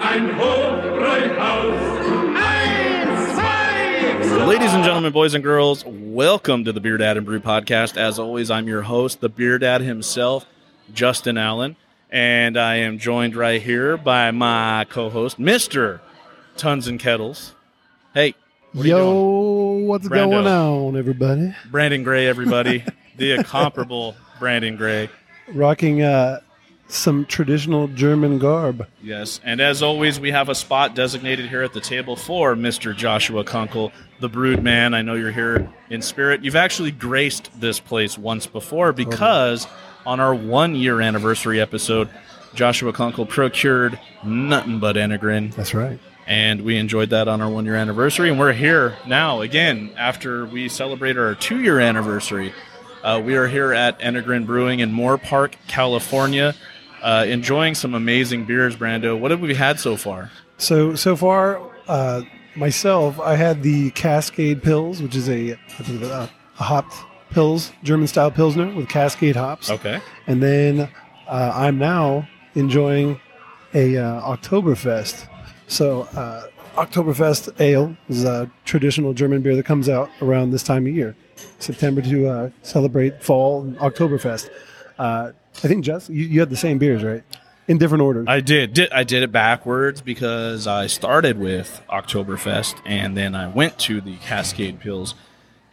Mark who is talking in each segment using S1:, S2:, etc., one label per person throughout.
S1: Ein Hofbräuhaus. Eins, zwei,
S2: Ladies and gentlemen, boys and girls, welcome to the Beer Dad and Brew podcast. As always, I'm your host, the Beer Dad himself, Justin Allen, and I am joined right here by my co-host, Mister Tons and Kettles. Hey, what are you doing?
S3: Yo, what's
S2: Brando.
S3: going on, everybody?
S2: Brandon Gray, everybody, the incomparable Brandon Gray.
S3: Rocking uh, some traditional German garb.
S2: Yes, and as always, we have a spot designated here at the table for Mr. Joshua Kunkel, the Brood Man. I know you're here in spirit. You've actually graced this place once before because on our one year anniversary episode, Joshua Kunkel procured nothing but Enegrin,
S3: That's right.
S2: and we enjoyed that on our one year anniversary. And we're here now again after we celebrated our two year anniversary. Uh, we are here at Enegrin Brewing in Moore Park, California, uh, enjoying some amazing beers. Brando, what have we had so far?
S3: So so far, uh, myself, I had the Cascade Pills, which is a I believe, uh, a hopped pills, German style pilsner with Cascade hops,
S2: Okay,
S3: and then uh, I'm now enjoying a uh, Oktoberfest. So uh, Oktoberfest ale is a traditional German beer that comes out around this time of year, September to uh, celebrate fall and Oktoberfest. Uh, I think Jess, you, you had the same beers, right? In different orders.
S2: I did. did. I did it backwards because I started with Oktoberfest and then I went to the Cascade Pills.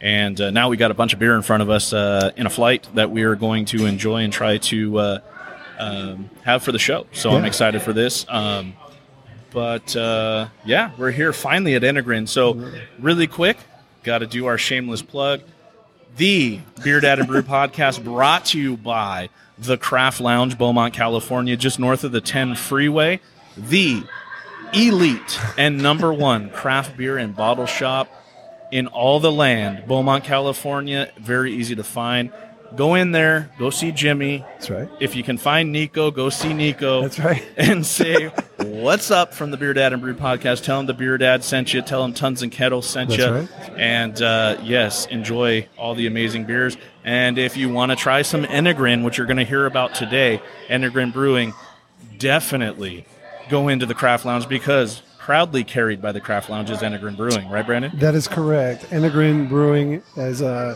S2: And uh, now we got a bunch of beer in front of us uh, in a flight that we are going to enjoy and try to uh, um, have for the show. So I'm
S3: Yeah.
S2: excited for this. Um, but uh, yeah, we're here finally at Enegrin. So, really quick, got to do our shameless plug. The Beard Dad and Brew podcast brought to you by the Craft Lounge, Beaumont, California, just north of the 10 freeway. The elite and number one craft beer and bottle shop in all the land, Beaumont, California. Very easy to find. Go in there, go see Jimmy.
S3: That's right.
S2: If you can find Nico, go see Nico
S3: That's right.
S2: and say what's up from the Beer Dad and Brew podcast. Tell him the Beer Dad sent you. Tell him Tons and Kettles sent
S3: That's
S2: you.
S3: right.
S2: And uh, yes, enjoy all the amazing beers. And if you want to try some Enegrin, which you're going to hear about today, Enegrin Brewing, definitely go into the Craft Lounge because proudly carried by the Craft Lounge is Enegrin Brewing, right, Brandon?
S3: That is correct. Enegrin Brewing is uh,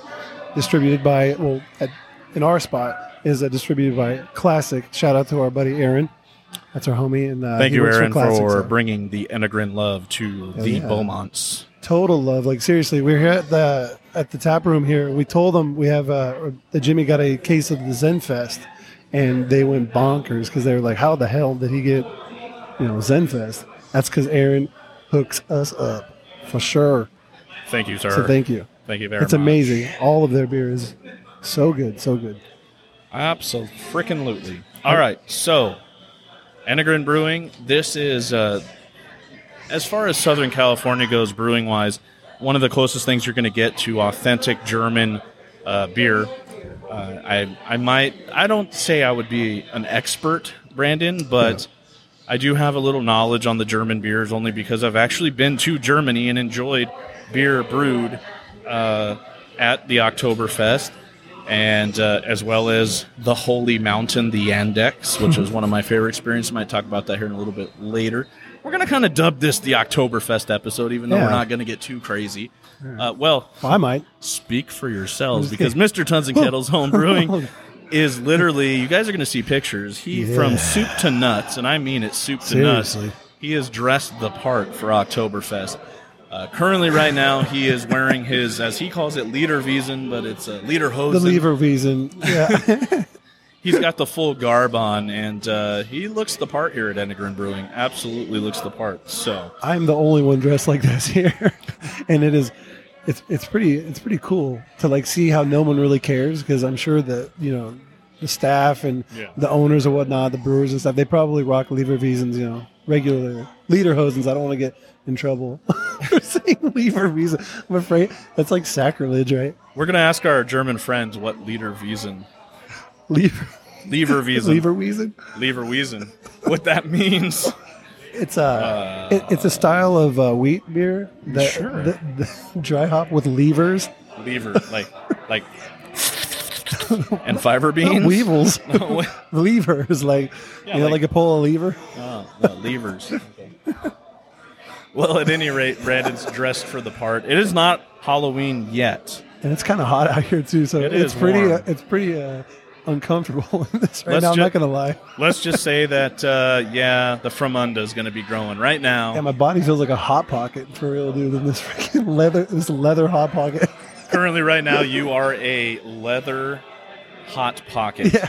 S3: distributed by, well, at, in our spot, is uh, distributed by Classic. Shout out to our buddy Aaron. That's our homie. And uh,
S2: Thank
S3: he
S2: you,
S3: works
S2: Aaron, for,
S3: Classic, so-
S2: bringing the Enegrin love to
S3: Oh,
S2: the
S3: yeah.
S2: Beaumonts.
S3: total love. Like seriously, we we're here at the at the tap room here. We told them we have uh, or that Jimmy got a case of the Zenfest, and they went bonkers because they were like, "How the hell did he get you know Zenfest?" That's because Aaron hooks us up for sure.
S2: Thank you, sir.
S3: So thank you.
S2: Thank you very
S3: It's
S2: much.
S3: amazing. All of their beer is so good, so good.
S2: Absolutely. Freaking lootly. All right. So, Enegrin Brewing, this is, uh, as far as Southern California goes, brewing wise, one of the closest things you're going to get to authentic German uh, beer. Uh, I, I might, I don't say I would be an expert, Brandon, but. I do have a little knowledge on the German beers only because I've actually been to Germany and enjoyed beer brewed uh, at the Oktoberfest and uh, as well as the Holy Mountain, the Yandex, which was one of my favorite experiences. I might talk about that here in a little bit later. We're going to kind of dub this the Oktoberfest episode, even though
S3: Yeah.
S2: we're not going to get too crazy. Uh, well,
S3: Well, I might.
S2: speak for yourselves because Mr. Tons and Kettles Home Brewing is literally you guys are going to see pictures. He
S3: Yeah.
S2: from soup to nuts, and I mean it soup to
S3: Seriously.
S2: nuts. He is dressed the part for Oktoberfest. Uh, currently, right now, he is wearing his, as he calls it, Lederwiesen, but it's a Lederhosen.
S3: The lever reason. Yeah.
S2: He's got the full garb on, and uh, he looks the part here at Enegrin Brewing. Absolutely looks the part. So,
S3: I'm the only one dressed like this here, and it is, it's it's pretty it's pretty cool to like see how no one really cares because I'm sure that you know the staff and
S2: Yeah.
S3: the owners and whatnot, the brewers and stuff, they probably rock Leverwiesens, you know, regular Lederhosens. I don't want to get in trouble for saying Leverwiesen. I'm afraid that's like sacrilege, right?
S2: we're going to ask our German friends what Lederwiesen,
S3: Lever
S2: Leverwiesen,
S3: Leverwiesen.
S2: Leverwiesen, what that means.
S3: It's a it, it's a style of uh, wheat beer that,
S2: Sure.
S3: that- that dry hop with levers,
S2: lever, like, like, and fiber beans.
S3: weevils.
S2: No, wait.
S3: levers, like
S2: Yeah,
S3: you know,
S2: like-
S3: like, a pull a lever.
S2: Oh, no, levers. Okay. Well, at any rate, Brandon's dressed for the part. It is not Halloween yet.
S3: and it's kind of hot out here too. So
S2: It
S3: it's
S2: is
S3: pretty,
S2: warm.
S3: uh, it's pretty uh, uncomfortable in this right
S2: Let's
S3: now. I'm
S2: ju-
S3: not gonna lie.
S2: Let's just say that, uh, yeah, the Fremunda is going to be growing right now.
S3: Yeah, my body feels like a hot pocket for real, dude. In this freaking leather, this leather hot pocket.
S2: Currently, right now, you are a leather hot pocket.
S3: yeah.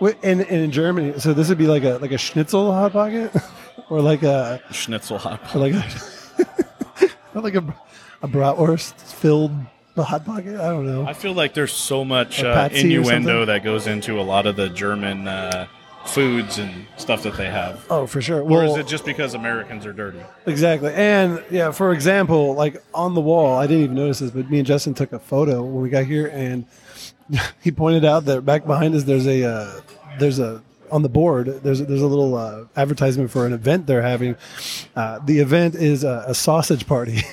S3: Wait, And, and in Germany, so this would be like a like a schnitzel hot pocket, or like a
S2: Schnitzel hot pocket.
S3: or like a or like a, a bratwurst filled hot pocket. I don't know.
S2: I feel like there's so much
S3: Or
S2: uh,
S3: Patsy or
S2: innuendo
S3: something?
S2: that goes into a lot of the German uh, foods and stuff that they have.
S3: oh, for sure.
S2: Or
S3: Well,
S2: is it just because Americans are dirty?
S3: Exactly. And yeah, for example, like on the wall, I didn't even notice this, but me and Justin took a photo when we got here and he pointed out that back behind us there's a uh, there's a on the board there's a, there's a little uh, advertisement for an event they're having. Uh, the event is a, a sausage party.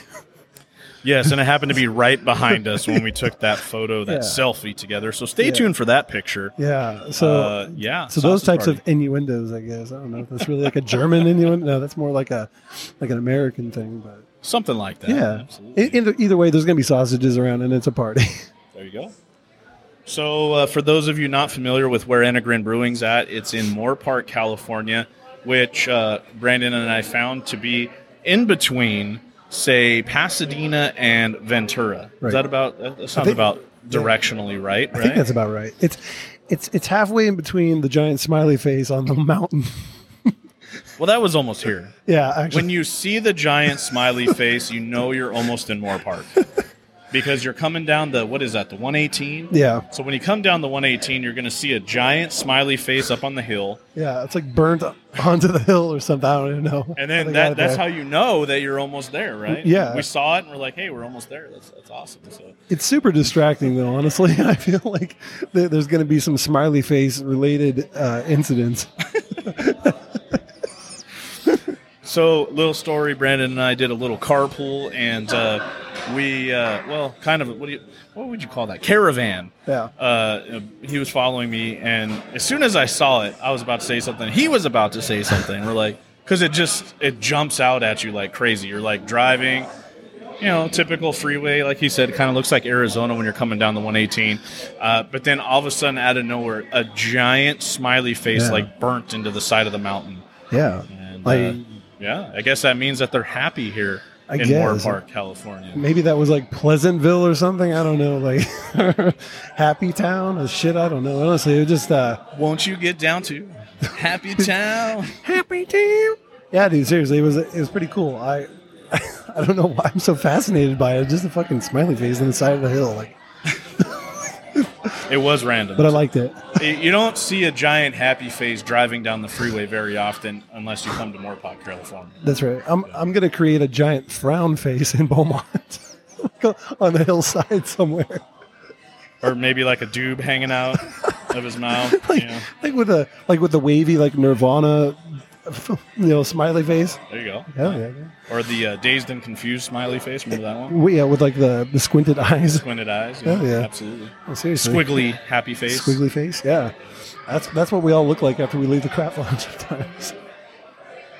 S2: Yes, and it happened to be right behind us when we took that photo, that
S3: Yeah.
S2: selfie together. So stay
S3: Yeah.
S2: tuned for that picture.
S3: yeah. So
S2: Uh, yeah,
S3: So those
S2: sausage
S3: types
S2: party.
S3: of innuendos, I guess. I don't know if that's really like a German innuendo. No, that's more like a like an American thing, but
S2: something like that.
S3: yeah.
S2: absolutely.
S3: E- Either, either way, there's going to be sausages around and it's a party.
S2: There you go. So, uh, for those of you not familiar with where Enegrin Brewing's at, it's in Moore Park, California, which uh, Brandon and I found to be in between, say, Pasadena and Ventura.
S3: Right.
S2: Is that about? That that sounds
S3: think-
S2: about directionally right. Right.
S3: I think that's about right. It's it's it's halfway in between the giant smiley face on the mountain.
S2: well, that was almost here.
S3: yeah, actually.
S2: When you see the giant smiley face, you know you're almost in Moore Park because you're coming down the what is that? The 118.
S3: yeah,
S2: So when you come down the 118, you're going to see a giant smiley face up on the hill.
S3: yeah, it's like burnt onto the hill or something. I don't even know.
S2: And
S3: How
S2: then
S3: they got
S2: that,
S3: it
S2: that's how
S3: there.
S2: you know that you're almost there, right?
S3: Yeah.
S2: We saw it and we're like, hey, we're almost there. That's, that's awesome. So,
S3: it's super distracting though. Honestly, I feel like there- there's going to be some smiley face related uh, incidents.
S2: so little story Brandon and I did a little carpool and uh, we, uh, well, kind of, what, do you, what would you call that? Caravan.
S3: Yeah.
S2: Uh, he was following me, and as soon as I saw it, I was about to say something. He was about to say something. We're like, because it just it jumps out at you like crazy. You're like driving, you know, typical freeway, like he said, kind of looks like Arizona when you're coming down the 118. Uh, but then all of a sudden, out of nowhere, a giant smiley face
S3: Yeah.
S2: like burnt into the side of the mountain.
S3: Yeah,
S2: And
S3: like
S2: uh, yeah, I guess that means that they're happy here
S3: I
S2: in Moore
S3: guess.
S2: Park, California.
S3: maybe that was like Pleasantville or something. I don't know, like Happy Town or shit. I don't know. Honestly, it was just uh,
S2: Won't you get down to Happy Town?
S3: Happy Town. Yeah, dude. Seriously, it was it was pretty cool. I I don't know why I'm so fascinated by it. Just a fucking smiley face on the side of the hill, like.
S2: it was random.
S3: But I liked it.
S2: You- You don't see a giant happy face driving down the freeway very often unless you come to Moorpark, California.
S3: That's right. I'm I'm gonna create a giant frown face in Beaumont on the hillside somewhere,
S2: Or maybe like a dube hanging out of his mouth.
S3: like
S2: you know.
S3: like with a like with the wavy like Nirvana, you know, smiley face.
S2: There you go.
S3: Hell yeah. yeah.
S2: Or the uh, dazed and confused smiley face. Remember that one?
S3: Well, yeah, with like the, the squinted eyes.
S2: Squinted eyes.
S3: Oh, yeah.
S2: Absolutely.
S3: Seriously.
S2: Squiggly happy face.
S3: Squiggly face. Yeah, that's that's what we all look like after we leave the craft lounge sometimes.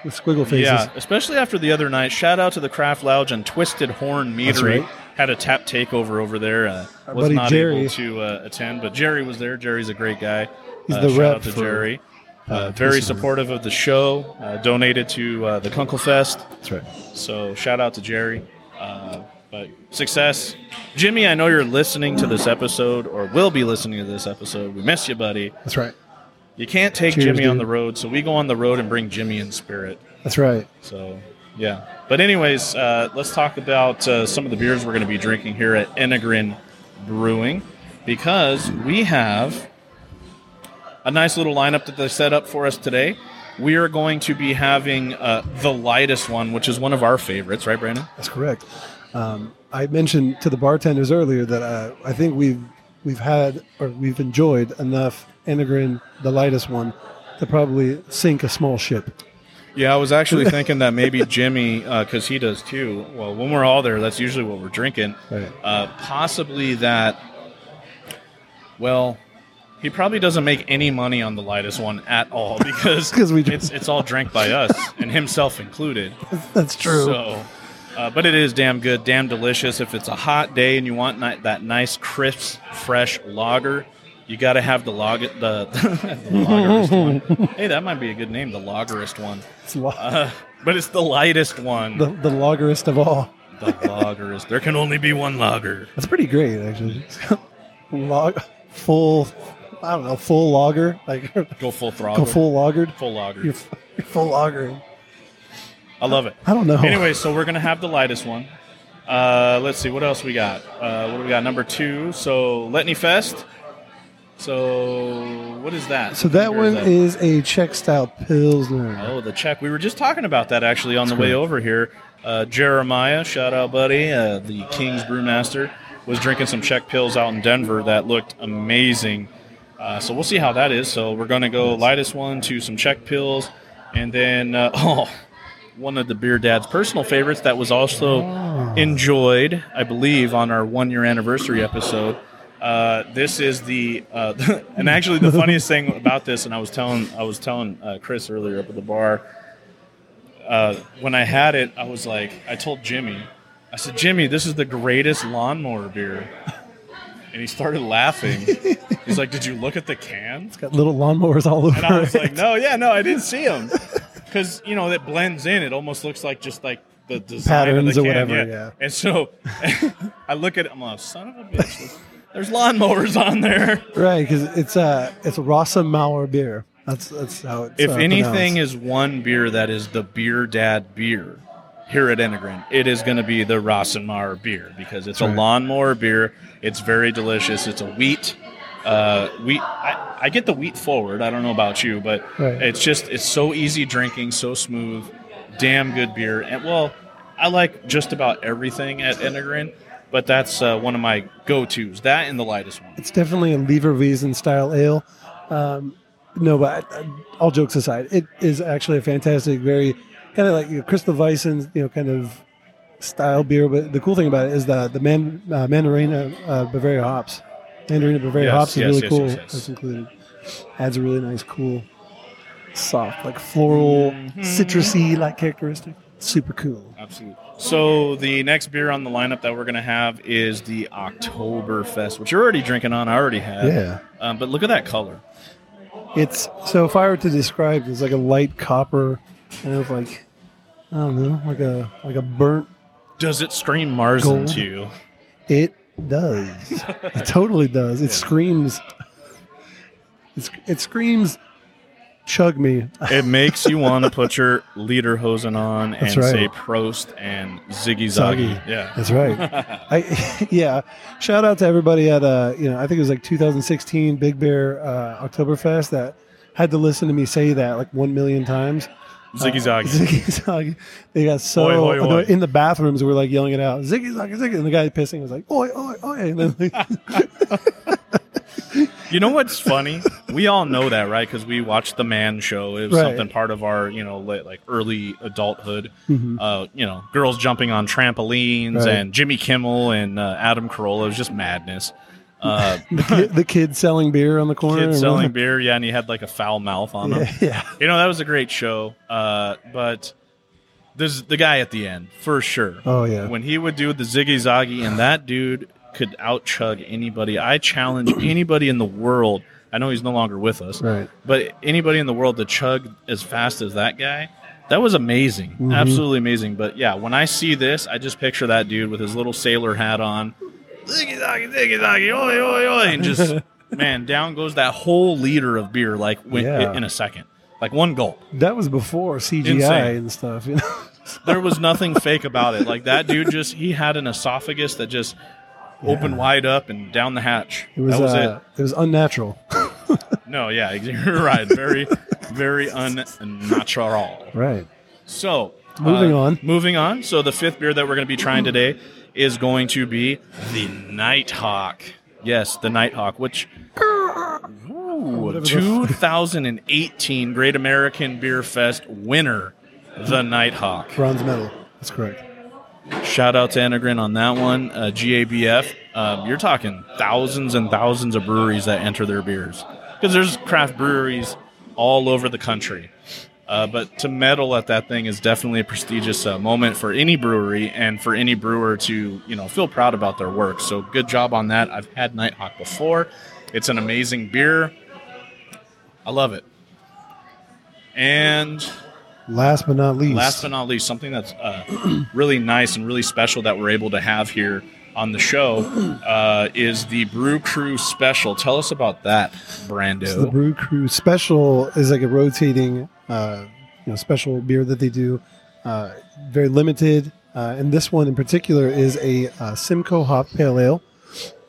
S3: With squiggle faces.
S2: Yeah, especially after the other night. Shout out to the Craft Lounge and Twisted Horn
S3: That's
S2: Meadery.
S3: right.
S2: Had a tap takeover over there. Uh,
S3: Our
S2: was
S3: buddy
S2: not
S3: Jerry.
S2: able to uh, attend, but Jerry was there. Jerry's a great guy.
S3: He's
S2: Uh,
S3: the
S2: shout
S3: rep
S2: out to
S3: for,
S2: Jerry. Uh,
S3: uh,
S2: very
S3: Twisted Horn.
S2: supportive of the show. Uh, donated to uh, the Kunkelfest.
S3: That's right.
S2: So shout out to Jerry. Uh, but success, Jimmy. I know you're listening to this episode, or will be listening to this episode. We miss you, buddy.
S3: That's right.
S2: You can't take
S3: Cheers,
S2: Jimmy on
S3: dude.
S2: the road, so we go on the road and bring Jimmy in spirit.
S3: That's right.
S2: So, yeah. But, anyways, uh, let's talk about uh, some of the beers we're going to be drinking here at Enegrin Brewing because we have a nice little lineup that they set up for us today. We are going to be having uh, the lightest one, which is one of our favorites, right, Brandon?
S3: That's correct. Um, I mentioned to the bartenders earlier that uh, I think we've we've had or we've enjoyed enough Enegrin, the lightest one, to probably sink a small ship.
S2: Yeah, I was actually thinking that maybe Jimmy, because he does too. Well, when we're all there, that's usually what we're drinking.
S3: Right.
S2: Uh, possibly that. Well, He probably doesn't make any money on the lightest one at all because
S3: 'Cause we
S2: it's, it's all drank by us and himself included.
S3: That's true.
S2: So, uh, but it is damn good, damn delicious. If it's a hot day and you want ni- that nice, crisp, fresh lager, you got to have the log the, the lagerist one. Hey, that might be a good name, the lagerist one.
S3: It's lo-
S2: Uh, but it's the lightest one.
S3: the,
S2: The,
S3: the loggerest of all.
S2: lagerist. There can only be one lager.
S3: That's pretty great, actually. Log, full, I don't know, full logger. Like,
S2: Go full throttle.
S3: go full loggered.
S2: Full lager.
S3: You're, f- you're full logger.
S2: I love it.
S3: I don't know.
S2: Anyway, so we're gonna have the lightest one. Uh, let's see what else we got. Uh, what do we got? Number two. So Letney Fest. So what is that?
S3: So that
S2: Where
S3: one is a Czech style Pilsner.
S2: Oh, the check. We were just talking about that actually on the way over here. Uh, Jeremiah, shout out, buddy, uh, the King's brewmaster, was drinking some Czech pills out in Denver that looked amazing. Uh, so we'll see how that is. So we're going to go lightest one to some Czech pills, and then uh, oh, one of the beer dad's personal favorites that was also enjoyed, I believe, on our one year anniversary episode. Uh, this is the uh, and actually the funniest thing about this, and I was telling I was telling uh, Chris earlier up at the bar. Uh, when I had it, I was like, I told Jimmy, I said, Jimmy, this is the greatest lawnmower beer, and he started laughing. He's like, Did you look at the can?
S3: Got little lawnmowers all over
S2: And I was
S3: it.
S2: like, no, yeah, no, I didn't see him. Because, you know, that blends in. It almost looks like just like the design of the
S3: Patterns or
S2: can,
S3: whatever, yeah.
S2: And so I look at it, I'm like, son of a bitch. There's lawnmowers on there.
S3: Right, because it's a it's a Rasa Mauer beer. That's that's how it's.
S2: If
S3: uh,
S2: anything
S3: pronounced.
S2: is one beer that is the beer dad beer here at Enegrin, it is going to be the Rossenmauer beer because it's a
S3: right.
S2: lawnmower beer. It's very delicious. It's a wheat. Uh, wheat. I, I get the wheat forward. I don't know about you, but
S3: Right.
S2: it's just it's so easy drinking, so smooth, damn good beer. And well, I like just about everything at Enegrin, but that's uh, one of my go tos. That and the lightest one.
S3: it's definitely a Leverwiesen style ale. Um, no, but uh, all jokes aside, it is actually a fantastic, very kind of like you know, Crystal Weissen, you know, kind of style beer. But the cool thing about it is the the man, uh, Mandarina uh, Bavaria hops. Mandarina Bavaria
S2: Yes,
S3: hops is
S2: yes,
S3: really
S2: yes,
S3: cool.
S2: yes, yes.
S3: That's included. Adds a really nice, cool, soft, like floral,
S2: Mm-hmm.
S3: citrusy like characteristic. Super cool.
S2: Absolutely. So the next beer on the lineup that we're going to have is the Oktoberfest, which you're already drinking on. I already had.
S3: Yeah.
S2: Um, but look at that color.
S3: It's so if I were to describe, it's like a light copper, kind of like I don't know, like a like a burnt.
S2: Does it scream Mars
S3: Gold.
S2: into you?
S3: It does. it totally does. It screams. It's, it screams. Chug me.
S2: It makes you want to put your lederhosen on
S3: That's
S2: and
S3: right.
S2: say Prost and Ziggy
S3: Soggy.
S2: Zoggy. Yeah.
S3: That's right. I yeah. Shout out to everybody at uh you know I think it was like 2016 Big Bear uh, Oktoberfest that had to listen to me say that like one million times.
S2: Ziggy Zoggy.
S3: Uh, Ziggy Zaggy. They got so
S2: Oi, oi, oi.
S3: in the bathrooms. We were like yelling it out, Ziggy Zaggy Ziggy, and the guy pissing was like, Oi Oi Oi, and then like,
S2: You know what's funny? We all know that, right? Because we watched the Man Show. It was
S3: Right.
S2: something part of our, you know, li- like early adulthood. Uh, you know, girls jumping on trampolines
S3: Mm-hmm. Right.
S2: and Jimmy Kimmel and uh, Adam Carolla. It was just madness. Uh,
S3: the, kid, the kid selling beer on the corner,
S2: kid
S3: and-
S2: selling beer, yeah, and he had like a foul mouth on him.
S3: Yeah, yeah.
S2: You know, that was a great show. Uh, but there's the guy at the end for sure.
S3: Oh, yeah.
S2: when he would do the ziggy zaggy, and that dude could out chug anybody. I challenge anybody in the world. I know he's no longer with us,
S3: Right.
S2: But anybody in the world to chug as fast as that guy. That was amazing,
S3: Mm-hmm.
S2: absolutely amazing. But yeah, when I see this, I just picture that dude with his little sailor hat on, ziggy zaggy, ziggy zaggy, oi oi oi, and just man, down goes that whole liter of beer like went
S3: Yeah.
S2: in a second, like one gulp.
S3: That was before CGI
S2: Insane.
S3: and stuff. You know,
S2: There was nothing fake about it. Like that dude just he had an esophagus that just opened wide up and down the hatch.
S3: it was,
S2: that was
S3: uh, it. was unnatural,
S2: it. No, yeah, you're right. Very, very unnatural.
S3: right?
S2: So uh,
S3: Moving on.
S2: Moving on. So the fifth beer that we're going to be trying today is going to be the Nighthawk. Yes, the Nighthawk, which Ooh, 2018 Great American Beer Fest winner, the Nighthawk.
S3: Bronze medal. That's correct.
S2: Shout out to Enegrin on that one. Uh, GABF um, you're talking thousands and thousands of breweries that enter their beers because there's craft breweries all over the country. Uh, but to medal at that thing is definitely a prestigious uh, moment for any brewery and for any brewer to you know feel proud about their work. So good job on that. I've had Nighthawk before. It's an amazing beer. I love it. And
S3: Last but not least,
S2: Last but not least, something that's uh, really nice and really special that we're able to have here on the show uh, is the Brew Crew Special. Tell us about that, Brando.
S3: So the Brew Crew special is like a rotating, uh, you know, special beer that they do. Uh, very limited, uh, and this one in particular is a uh, Simcoe hop pale ale,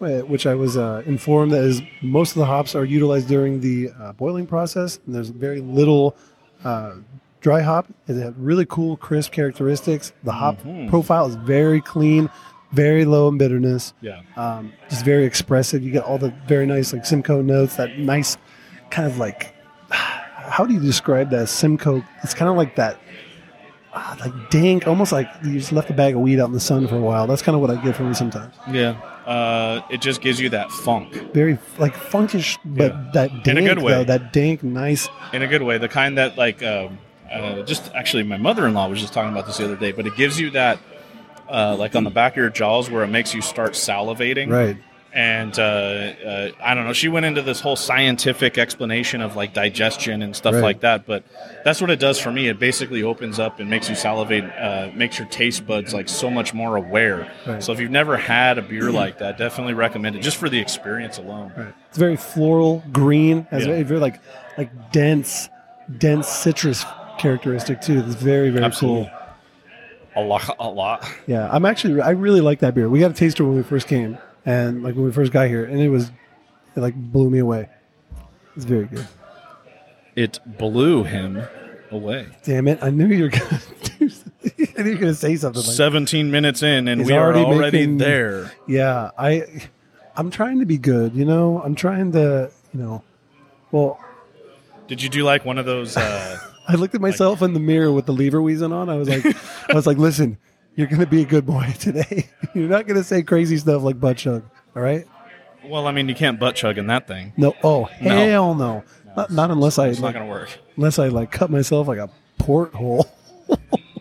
S3: uh, which I was uh, informed that is most of the hops are utilized during the uh, boiling process, and there's very little uh, dry hop. It has really cool, crisp characteristics. The hop
S2: Mhm.
S3: profile is very clean, very low in bitterness
S2: yeah,
S3: um, just very expressive. You get all the very nice like Simcoe notes, that nice kind of like how do you describe that Simcoe? It's kind of like that ah, like dank, almost like you just left a bag of weed out in the sun for a while. That's kind of what I get from it sometimes.
S2: yeah. Uh, it just gives you that funk
S3: Very like funkish, but
S2: Yeah.
S3: that dank
S2: In a good way.
S3: though, that dank, nice.
S2: in a good way. The kind that like um, uh, just actually my mother-in-law was just talking about this the other day, but it gives you that uh, like on the back of your jaws where it makes you start salivating.
S3: Right.
S2: and uh, uh, I don't know. She went into this whole scientific explanation of like digestion and stuff
S3: Right.
S2: like that, but that's what it does for me. It basically opens up and makes you salivate, uh, makes your taste buds like so much more aware.
S3: Right.
S2: So if you've never had a beer like that, definitely recommend it just for the experience alone.
S3: Right. It's very floral, green, has
S2: Yeah.
S3: very, very like like dense, dense citrus characteristic too. It's very, very
S2: Absolutely.
S3: cool.
S2: A lot, a lot.
S3: Yeah, I'm actually I really like that beer. We got a taster when we first came, and like when we first got here, and it was it like blew me away. It's very good.
S2: It blew him away.
S3: Damn it! I knew you were gonna. do something. I knew you were gonna say something. Like,
S2: Seventeen minutes in, and
S3: He's
S2: we are
S3: already
S2: already
S3: making-
S2: there.
S3: yeah, I I'm trying to be good. You know, I'm trying to. You know, well,
S2: Did you do like one of those? Uh,
S3: I looked at myself in the mirror with the lever wheezing on. I was like, I was like, listen, you're gonna be a good boy today. you're not gonna say crazy stuff like butt chug. All right.
S2: well, I mean, you can't butt chug in that thing.
S3: No. Oh
S2: No.
S3: hell no. Not, not unless I
S2: It's
S3: like,
S2: not going to work.
S3: unless I like cut myself like a porthole.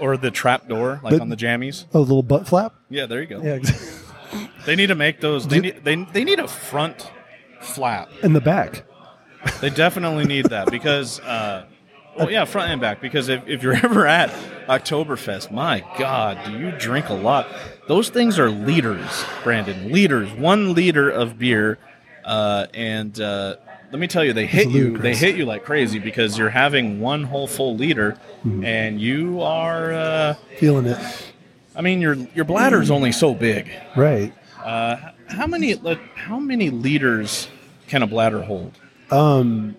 S2: Or the trap door, like
S3: But-
S2: on the jammies.
S3: A little butt flap.
S2: Yeah, there you go.
S3: Yeah, ex-
S2: They need to make those. They need, they, they need a front flap.
S3: in the back.
S2: They definitely need that because, uh, well, yeah, front and back. Because if, if you're ever at Oktoberfest, my God, do you drink a lot? Those things are liters, Brandon. Liters. One liter of beer. Uh, and uh, let me tell you, they hit you. They
S3: ludicrous.
S2: hit you like crazy because you're having one whole full liter
S3: Mm-hmm.
S2: and you are. Uh,
S3: Feeling it.
S2: I mean, your your
S3: Mm.
S2: bladder's only so big.
S3: Right.
S2: Uh, how many like, how many liters can a bladder hold?
S3: Um,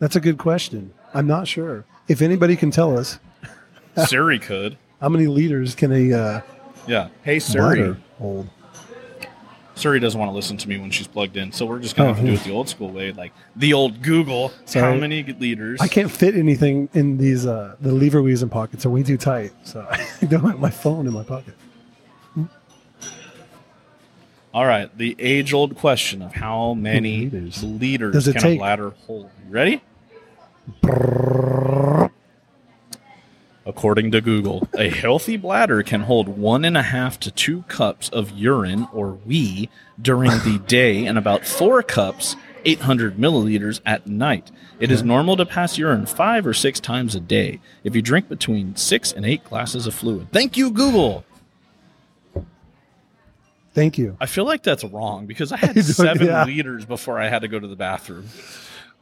S3: that's a good question. I'm not sure. If anybody can tell us
S2: Siri could.
S3: how many liters can a uh,
S2: Yeah. Hey Siri.
S3: bladder hold?
S2: Siri doesn't want to listen to me when she's plugged in, so we're just gonna have to do it the old school way, like the old Google. How
S3: Oh. Sorry.
S2: many liters?
S3: I can't fit anything in these. Uh, the lever wheels and pockets are way too tight, so I don't have my phone in my pocket.
S2: All right. The age old question of how many
S3: Liters.
S2: liters,
S3: Does it
S2: can
S3: take-
S2: a bladder hold? You ready? According to Google, a healthy bladder can hold one and a half to two cups of urine or wee during the day and about four cups, 800 milliliters, at night. It is normal to pass urine five or six times a day if you drink between six and eight glasses of fluid. Thank you, Google.
S3: Thank you.
S2: I feel like that's wrong because I had
S3: don't-
S2: seven
S3: yeah.
S2: liters before I had to go to the bathroom.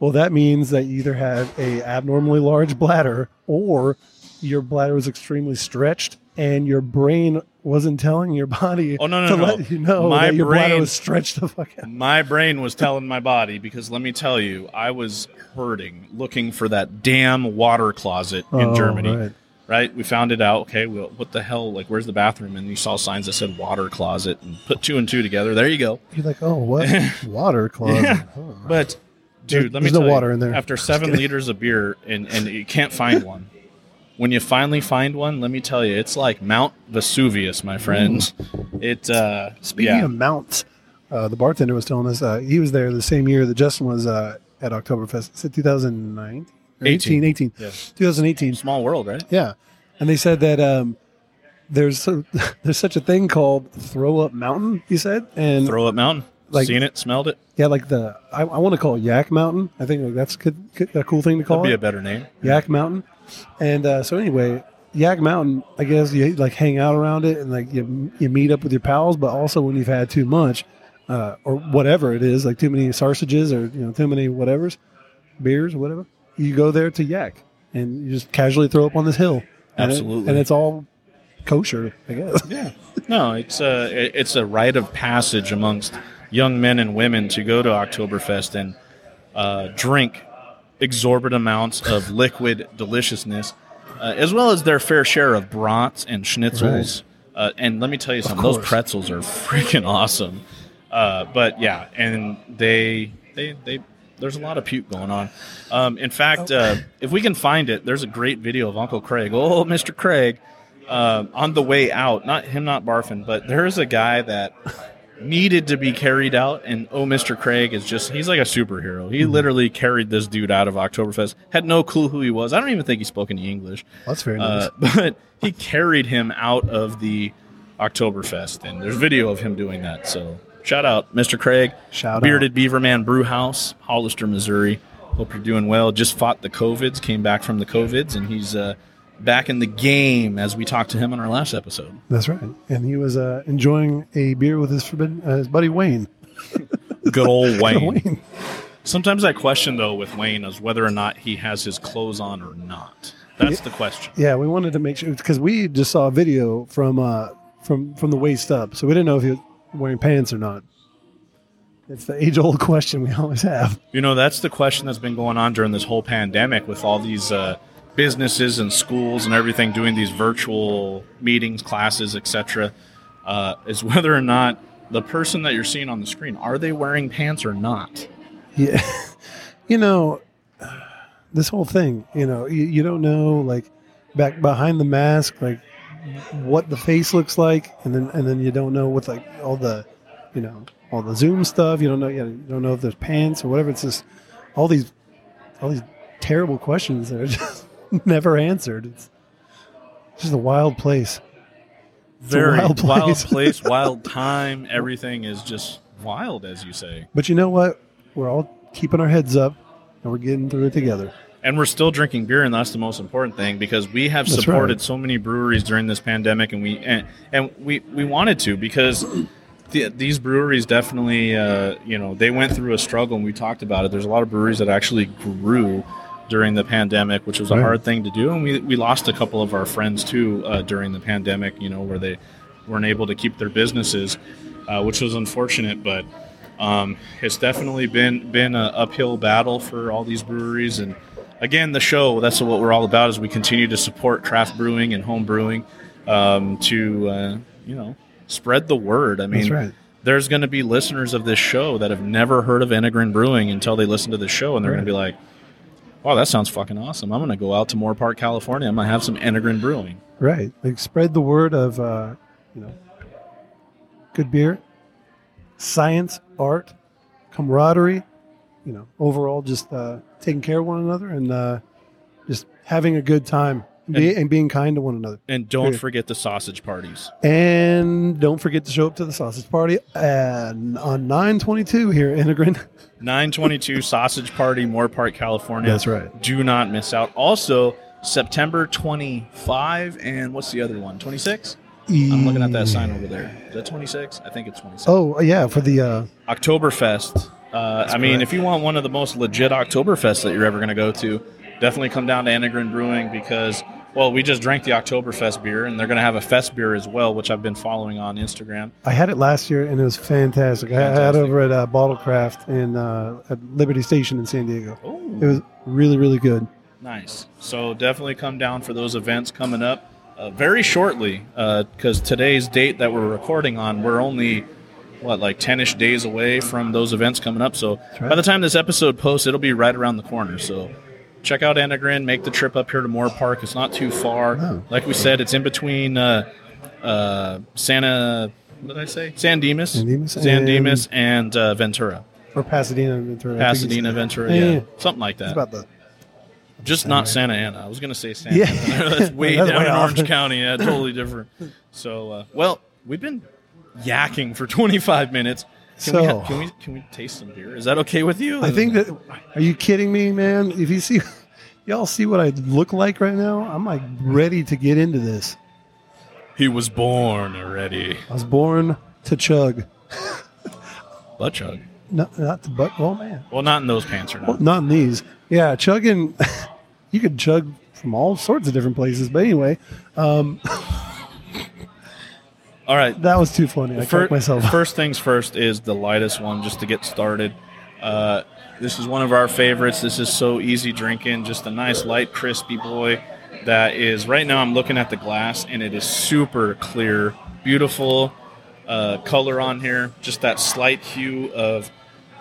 S3: Well, that means that you either have a abnormally large bladder, or your bladder was extremely stretched, and your brain wasn't telling your body
S2: Oh, no, no,
S3: to
S2: no.
S3: let you know
S2: My
S3: that your bladder
S2: brain-
S3: was stretched the fuck out.
S2: My brain was telling my body because let me tell you, I was hurting looking for that damn water closet in
S3: Oh,
S2: Germany.
S3: right.
S2: Right. We found it out. Okay, well, what the hell? Like, where's the bathroom? And you saw signs that said water closet and put two and two together. There you go.
S3: You're like, oh, what water closet? Huh.
S2: But, dude,
S3: There-
S2: let me
S3: there's no
S2: tell you,
S3: water in there.
S2: After
S3: Just
S2: seven
S3: kidding.
S2: liters of beer and, and you can't find one, When you finally find one, let me tell you, it's like Mount Vesuvius, my friends. It uh,
S3: Mm. Speaking
S2: yeah.
S3: of mounts, uh, the bartender was telling us uh, he was there the same year that Justin was uh, at Oktoberfest. Is it 2009? Or
S2: 18.
S3: 18. 18.
S2: Yeah.
S3: 2018.
S2: small world, right?
S3: Yeah. And they said that um, there's so, there's such a thing called Throw Up Mountain, he said. And
S2: Throw Up Mountain.
S3: Like-
S2: Seen it, smelled it.
S3: yeah, like the, I, I want to call it Yak Mountain. I think like that's could, could, a cool thing to call
S2: That'd be a
S3: it.
S2: better name.
S3: Yak Mountain. And uh, so anyway, Yak Mountain, I guess you like hang out around it and like you you meet up with your pals, but also when you've had too much uh, or whatever it is, like too many sausages or you know too many whatever's, beers, whatever, you go there to Yak and you just casually throw up on this hill. And it-
S2: Absolutely.
S3: and it's all kosher, I guess.
S2: Yeah. No, it's a it's a rite of passage amongst young men and women to go to Oktoberfest and uh, drink exorbitant amounts of liquid deliciousness, uh, as well as their fair share of brats and schnitzels. Uh, and let me tell you something; those
S3: course.
S2: pretzels are freaking awesome. Uh, but yeah, and they they they there's a lot of puke going on. Um, in fact, uh, if we can find it, there's a great video of Uncle Craig, oh Mr. Craig, um, on the way out. Not him, not barfing, but there is a guy that needed to be carried out, and oh Mr. Craig is just—he's like a superhero.
S3: Mm-hmm.
S2: He literally carried this dude out of Oktoberfest. Had no clue who he was. I don't even think he spoke any English.
S3: That's very nice.
S2: Uh, but he carried him out of the Oktoberfest, and there's video of him doing that. So shout out, Mr. Craig.
S3: Shout out.
S2: Bearded Beaverman Brew House, Hollister, Missouri. Hope you're doing well. Just fought the COVIDs, came back from the COVIDs, and he's uh, back in the game as we talked to him on our last episode.
S3: That's right. And he was uh, enjoying a beer with his forbidden, uh, his buddy Wayne.
S2: Good old
S3: Wayne.
S2: Sometimes I question though with Wayne is whether or not he has his clothes on or not. That's the question.
S3: Yeah, we wanted to make sure because we just saw a video from uh, from from the waist up, so we didn't know if he was wearing pants or not. It's the age old question we always have.
S2: You know, that's the question that's been going on during this whole pandemic with all these uh, businesses and schools and everything doing these virtual meetings, classes, etc. Uh, is whether or not the person that you're seeing on the screen are they wearing pants or not?
S3: Yeah, you know, this whole thing. You know, you, you don't know like back behind the mask, like what the face looks like, and then and then you don't know with like all the, you know, all the Zoom stuff. You don't know. You don't know if there's pants or whatever. It's just all these all these terrible questions that are just never answered. It's just a wild place. a wild place.
S2: wild place, wild time. Everything is just wild, as you say.
S3: But you know what? We're all keeping our heads up, and we're getting through it together.
S2: And we're still drinking beer, and that's the most important thing because we have
S3: That's
S2: supported
S3: right.
S2: so many breweries during this pandemic, and we and, and we we wanted to because the, these breweries definitely uh, you know they went through a struggle, and we talked about it. There's a lot of breweries that actually grew during the pandemic, which was a
S3: Right.
S2: hard thing to do, and we we lost a couple of our friends too uh, during the pandemic. You know where they weren't able to keep their businesses, uh, which was unfortunate, but. Um, it's definitely been been an uphill battle for all these breweries, and again, the show that's what we're all about is we continue to support craft brewing and home brewing um, to uh, you know spread the word. I mean,
S3: That's right.
S2: there's going to be listeners of this show that have never heard of Enegrin Brewing until they listen to this show, and they're going to be like, "Wow, that sounds fucking awesome! I'm going to go out to Moore Park, California. I'm going to have some Enegrin Brewing."
S3: Right. Like spread the word of uh, you know good beer, science, art, camaraderie, you know, overall just uh, taking care of one another and uh, just having a good time and, be, and being kind to one another.
S2: And don't
S3: Yeah.
S2: forget the sausage parties.
S3: And don't forget to show up to the sausage party at, on 922 here in Integrin.
S2: 922 Sausage Party, Moore Park, California.
S3: That's right.
S2: Do not miss out. Also, September 25 and what's the other one? 26? I'm looking at that sign over there. Is that 26? I think it's 26.
S3: Oh, yeah, for the uh,
S2: Oktoberfest. Uh, I mean,
S3: correct.
S2: if you want one of the most legit Oktoberfests that you're ever going to go to, definitely come down to Anagrin Brewing because, well, we just drank the Oktoberfest beer and they're going to have a fest beer as well, which I've been following on Instagram.
S3: I had it last year and it was fantastic. I had it
S2: Fantastic.
S3: over at uh, Bottlecraft and uh, at Liberty Station in San Diego.
S2: Oh,
S3: It was really, really good.
S2: Nice. So definitely come down for those events coming up uh, very shortly because today's date that we're recording on, we're only, what, like 10 ish days away from those events coming up. So
S3: right.
S2: by the time this episode posts, it'll be right around the corner. So check out Anagrin. Make the trip up here to Moore Park. It's not too far.
S3: Oh.
S2: Like we said, it's in between uh, uh, Santa. What did I say? San Dimas,
S3: San Dimas
S2: San Dimas, and uh, Ventura,
S3: or Pasadena, Ventura. I think it's-
S2: Pasadena, Ventura,
S3: Yeah,
S2: yeah,
S3: yeah.
S2: something like that.
S3: It's about the
S2: Just not Santa Ana. I was going to say Santa.
S3: Yeah.
S2: Ana. That's way
S3: That's
S2: down
S3: way
S2: in
S3: off.
S2: Orange County. Yeah, totally different. So, uh, well, we've been yakking for 25 minutes. Can, we
S3: So-
S2: ha- can we can we taste some beer? Is that okay with you?
S3: I think that. Are you kidding me, man? If you see, y'all see what I look like right now. I'm like ready to get into this.
S2: he was born already.
S3: I was born to chug,
S2: Butt chug.
S3: not not to butt. Oh man,
S2: Well, not in those pants or not.
S3: not in these. Yeah, chugging. you could chug from all sorts of different places. But anyway,
S2: All right.
S3: that was too funny. I
S2: Fir-
S3: cracked myself. up.
S2: First things first is the lightest one just to get started. Uh, this is one of our favorites. This is so easy drinking. Just a nice, light, crispy boy that is right now. I'm looking at the glass and it is super clear, beautiful uh, color on here. Just that slight hue of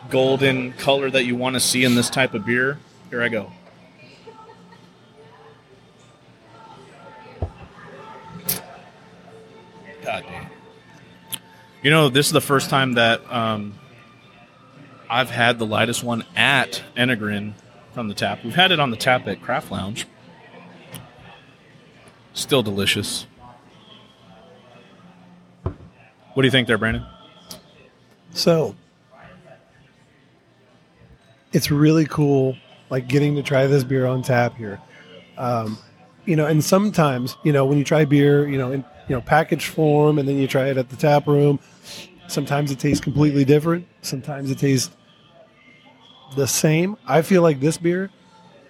S2: golden color that you want to see in this type of beer. Here I go. God damn. You know, this is the first time that um, I've had the lightest one at Enegrin from the tap. We've had it on the tap at Craft Lounge. Still delicious. What do you think there, Brandon?
S3: So it's really cool, like getting to try this beer on tap here. Um, you know, and sometimes you know when you try beer, you know, in you know package form, and then you try it at the tap room. Sometimes it tastes completely different. Sometimes it tastes the same. I feel like this beer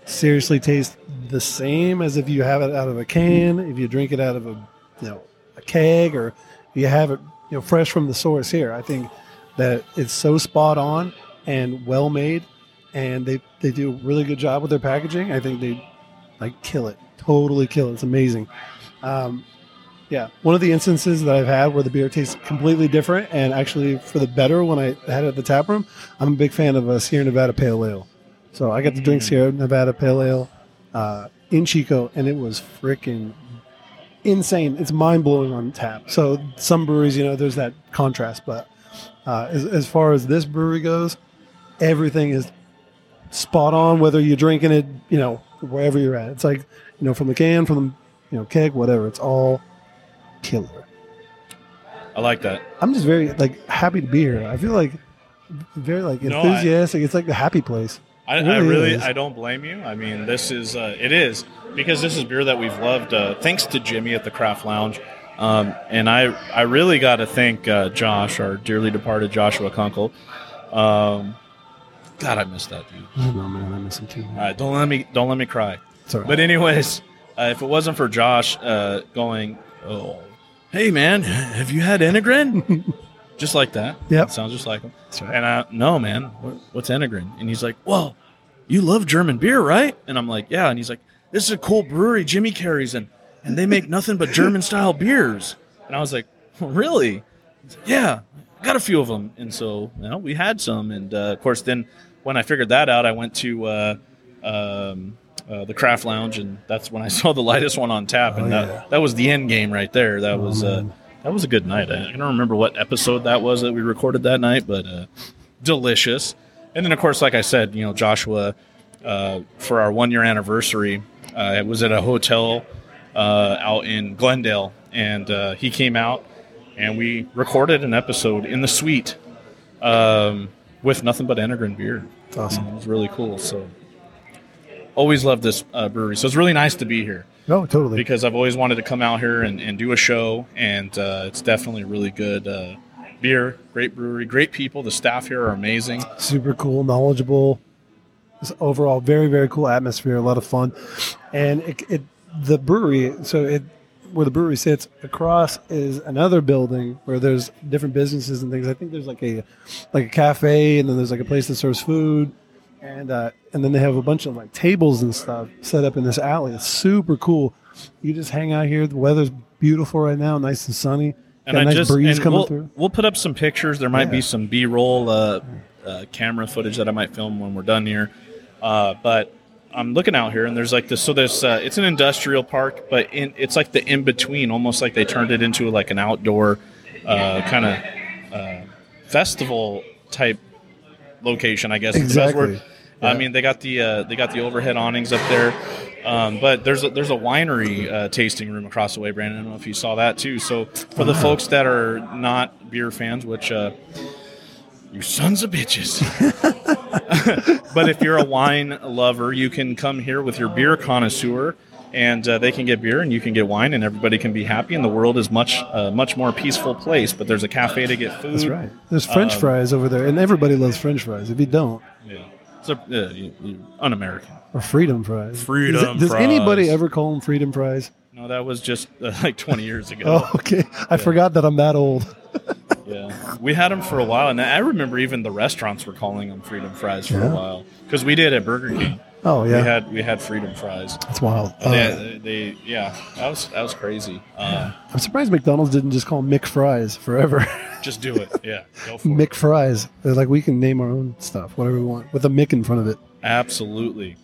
S3: seriously tastes the same as if you have it out of a can, if you drink it out of a you know a keg, or you have it you know fresh from the source here. I think that it's so spot on and well made, and they they do a really good job with their packaging. I think they like kill it, totally kill it. It's amazing. Um, yeah, one of the instances that I've had where the beer tastes completely different and actually for the better when I had it at the tap room. I'm a big fan of a Sierra Nevada Pale Ale, so I got to
S2: Mm.
S3: drink Sierra Nevada Pale Ale uh, in Chico, and it was freaking insane. It's mind blowing on tap. So some breweries, you know, there's that contrast, but uh, as, as far as this brewery goes, everything is spot on. Whether you're drinking it, you know, wherever you're at, it's like you know, from the can, from the you know keg, whatever. It's all killer.
S2: I like that.
S3: I'm just very like happy to be here. I feel like very like
S2: No, I-
S3: enthusiastic. it's like the happy place.
S2: I,
S3: It
S2: I
S3: really
S2: really,
S3: is.
S2: I don't blame you. I mean, this is uh, it is because this is beer that we've loved. Uh, thanks to Jimmy at the Craft Lounge, um, and I, I really got to thank uh, Josh, our dearly departed Joshua Kunkel. Um, God, I miss that dude.
S3: I don't know, man. I miss him too.
S2: All right, don't let me, don't let me cry.
S3: Sorry.
S2: But anyways, uh, if it wasn't for Josh uh, going, oh, hey man, have you had Enegrin? just like that.
S3: Yep.
S2: sounds just like him.
S3: That's right.
S2: And I, no, man, wh- what's Enegrin? And he's like, well, you love German beer, right? And I'm like, yeah. And he's like, this is a cool brewery Jimmy carries in, and they make nothing but German style beers. And I was like, really? He's like, yeah, got a few of them. And so, you know, we had some. And uh, of course, then when I figured that out, I went to uh, um, uh, the Craft Lounge, and that's when I saw the lightest one on tap. And
S3: Oh,
S2: that,
S3: yeah. Oh,
S2: that was the end game right there. That was. Uh,
S3: man.
S2: that was a good night. I I don't remember what episode that was that we recorded that night, but uh, delicious. And then, of course, like I said, you know, Joshua, uh, for our one year anniversary, uh, it was at a hotel uh, out in Glendale, and uh, he came out and we recorded an episode in the suite um, with nothing but Enegrin beer.
S3: It's awesome.
S2: It was really cool. So, always loved this uh, brewery. So, it's really nice to be here
S3: No, totally.
S2: because I've always wanted to come out here and, and do a show, and uh, it's definitely really good uh, beer, great brewery, great people. The staff here are amazing.
S3: super cool, knowledgeable. It's overall very very cool atmosphere, a lot of fun, and it, it the brewery. So it where the brewery sits across is another building where there's different businesses and things. I think there's like a like a cafe, and then there's like a place that serves food, and uh, and then they have a bunch of like tables and stuff set up in this alley. It's super cool. You just hang out here. The weather's beautiful right now, nice and sunny.
S2: And
S3: Got a
S2: I
S3: nice
S2: just
S3: breeze
S2: and
S3: coming
S2: we'll,
S3: through.
S2: we'll put up some pictures. There might be
S3: Yeah.
S2: some B roll uh, uh, camera footage that I might film when we're done here, uh, but. I'm looking out here, and there's like this. So this uh, it's an industrial park, but in, it's like the in between, almost like they turned it into like an outdoor uh, kind of uh, festival type location. I guess is the best word.
S3: Exactly.
S2: I mean, they got the uh, they got the overhead awnings up there, um, but there's a, there's a winery uh, tasting room across the way, Brandon. I don't know if you saw that too. So for
S3: Uh-huh.
S2: the folks that are not beer fans, which uh, you sons of bitches. but if you're a wine lover, you can come here with your beer connoisseur, and uh, they can get beer and you can get wine, and everybody can be happy, and the world is much uh, much more peaceful place. But there's a cafe to get food.
S3: That's right. There's
S2: Um,
S3: French fries over there, and everybody loves French fries. If you don't,
S2: Yeah. It's a, uh, you- you- un-American.
S3: or freedom fries. Is
S2: Freedom
S3: it- does anybody
S2: fries.
S3: ever call them freedom fries?
S2: No, that was just uh, like 20 years ago.
S3: Oh, okay. I forgot that I'm that old.
S2: Yeah, we had them for a while, and I remember even the restaurants were calling them freedom fries for
S3: Yeah.
S2: a while because we did at Burger King.
S3: Oh yeah,
S2: We had we had freedom fries.
S3: that's wild. Uh,
S2: they, they, yeah, that was that was crazy. Uh,
S3: I'm surprised McDonald's didn't just call them McFries forever.
S2: Just do it. Yeah, go for it.
S3: McFries. They're like we can name our own stuff, whatever we want, with a Mick in front of it.
S2: Absolutely.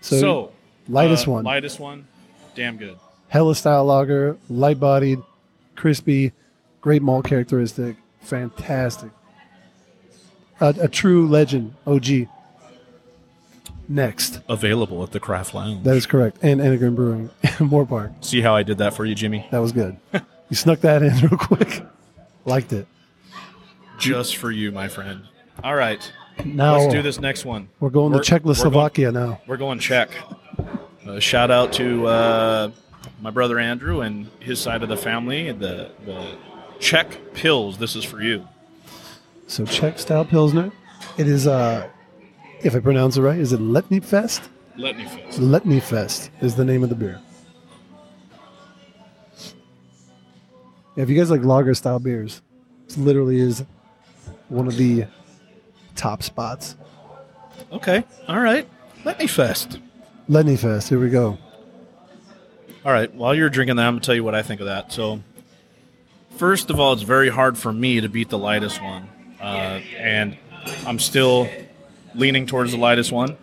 S3: So,
S2: uh,
S3: lightest one,
S2: Lightest one. Damn good.
S3: Hella style lager, light bodied, crispy, great malt characteristic, fantastic. A, a true legend, OG. Next,
S2: Available at the Craft Lounge.
S3: that is correct, and Enneagram Brewing, in Moore Park.
S2: See how I did that for you, Jimmy?
S3: That was good. you snuck that in real quick. Liked it.
S2: Just for you, my friend. All right,
S3: Now
S2: let's do this next one.
S3: We're going to Czechoslovakia now.
S2: We're going Czech. Uh, shout out to uh, my brother Andrew and his side of the family. The the Czech pills. This is for you.
S3: So Czech style pilsner. It is uh if I pronounce it right, is it Letnifest?
S2: Let me fist.
S3: Letnifest is the name of the beer. Yeah, if you guys like lager style beers, this literally is one of the top spots.
S2: Okay. All right. Let me fest.
S3: Letnifest, here we go.
S2: All right. While you're drinking that, I'm gonna tell you what I think of that. So, first of all, it's very hard for me to beat the lightest one, uh, and I'm still leaning towards the lightest one.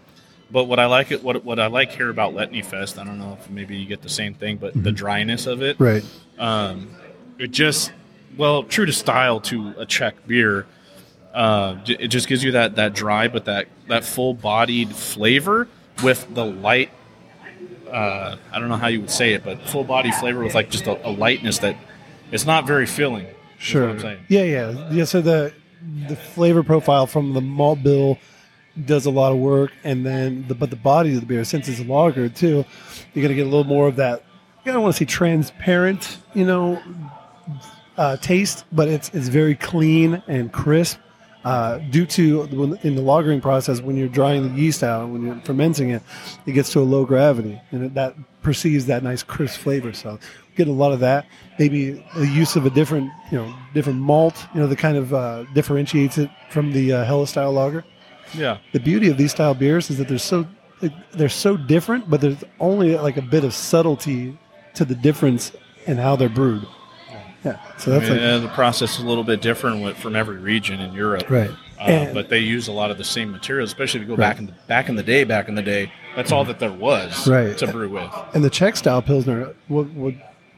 S2: But what I like it, what what I like here about Letney Fest, I don't know if maybe you get the same thing, but the dryness of it,
S3: Right.
S2: um, it just well true to style to a Czech beer. Uh, j- it just gives you that that dry but that that full bodied flavor with the light. Uh, I don't know how you would say it, but full body flavor with like just a, a lightness that it's not very filling. is what
S3: Sure.
S2: I'm saying.
S3: yeah, yeah, yeah. So the the flavor profile from the malt bill does a lot of work, and then the but the body of the beer, since it's lager too, you're gonna get a little more of that. I don't want to say transparent, you know, uh, taste, but it's it's very clean and crisp. Uh, due to when- in the lagering process, when you're drying the yeast out, when you're fermenting it, it gets to a low gravity, and it, that perceives that nice crisp flavor. So get a lot of that. Maybe the use of a different, you know, different malt, you know, that kind of uh, differentiates it from the uh, Hella style lager
S2: Yeah.
S3: the beauty of these style beers is that they're so they're so different, but there's only like a bit of subtlety to the difference in how they're brewed. Yeah, so that's
S2: I mean,
S3: like
S2: uh, the process is a little bit different with, from every region in Europe,
S3: right.
S2: Uh,
S3: and,
S2: but they use a lot of the same materials, especially if you go
S3: Right.
S2: back in the back in the day. Back in the day, that's all that there was
S3: Right.
S2: to brew with.
S3: and the Czech style pilsner, what, what,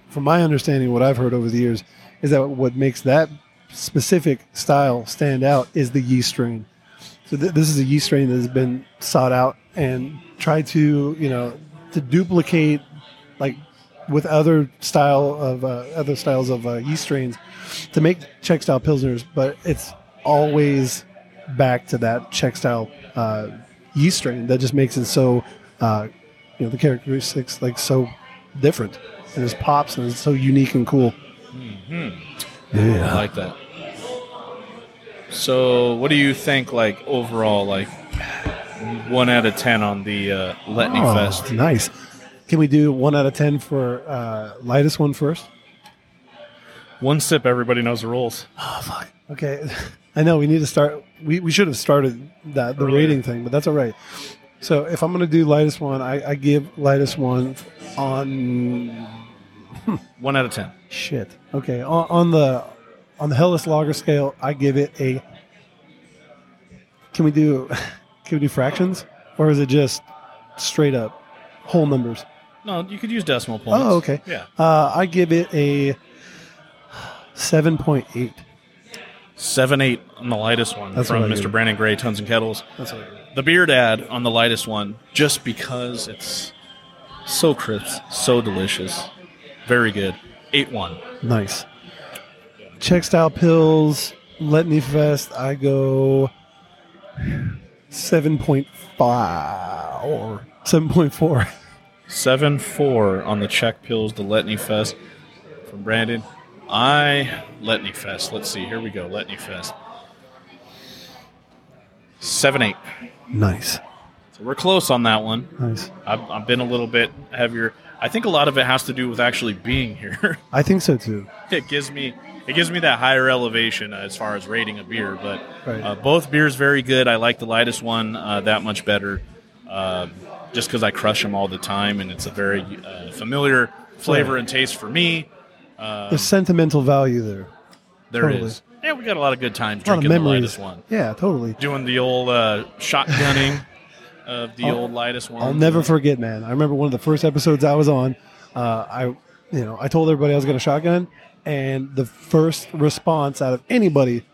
S3: from my understanding, what I've heard over the years is that what makes that specific style stand out is the yeast strain. So th- this is a yeast strain that has been sought out and tried to you know to duplicate like with other style of uh, other styles of uh, yeast strains to make Czech style pilsners, but it's always back to that Czech style uh, yeast strain that just makes it so uh, you know the characteristics like so different and it's pops and it's so unique and cool.
S2: I like that. So, what do you think? Like overall, like one out of ten on the uh, Letney
S3: Oh,
S2: Fest.
S3: nice. Can we do one out of ten for uh, lightest one first?
S2: One sip, everybody knows the rules.
S3: Okay, I know we need to start. We, we should have started that the rating thing, but that's all right. So if I'm going to do lightest one, I, I give lightest one on
S2: One out of ten.
S3: shit. Okay, on, on the on the Hellas Lager scale, I give it a. Can we do? Can we do fractions, or is it just straight up, whole numbers.
S2: No, you could use decimal points.
S3: Oh, okay.
S2: Yeah.
S3: Uh, I give it a seven point eight.
S2: Seven eight on the lightest one
S3: That's
S2: from
S3: what I
S2: Mr.
S3: do.
S2: Brandon Gray, Tons and Kettles.
S3: That's what I give it.
S2: The beer dad on the lightest one, just because it's so crisp, so delicious, very good. Eight one.
S3: Nice. Czech style pills. Let me fest. I go seven point five or seven point four.
S2: Seven four on the Czech Pills, the Letney Fest from Brandon. I Letney Fest. Let's see. Here we go. Letney Fest. Seven eight.
S3: Nice.
S2: So we're close on that one.
S3: Nice.
S2: I've, I've been a little bit heavier. I think a lot of it has to do with actually being here.
S3: I think so too.
S2: it gives me it gives me that higher elevation uh, as far as rating a beer. But
S3: Right.
S2: uh, both beers very good. I like the lightest one uh, that much better, um, just because I crush them all the time, and it's a very uh, familiar flavor
S3: Right.
S2: and taste for me. Uh,
S3: There's sentimental value there.
S2: There it
S3: Totally.
S2: is. Yeah, we got a lot of good times
S3: A lot of
S2: drinking the
S3: memories.
S2: lightest one,
S3: Yeah, totally.
S2: doing the old uh, shotgunning of the
S3: I'll-
S2: old lightest one.
S3: I'll never forget, man. I remember one of the first episodes I was on. Uh, I, you know, I told everybody I was going to shotgun, and the first response out of anybody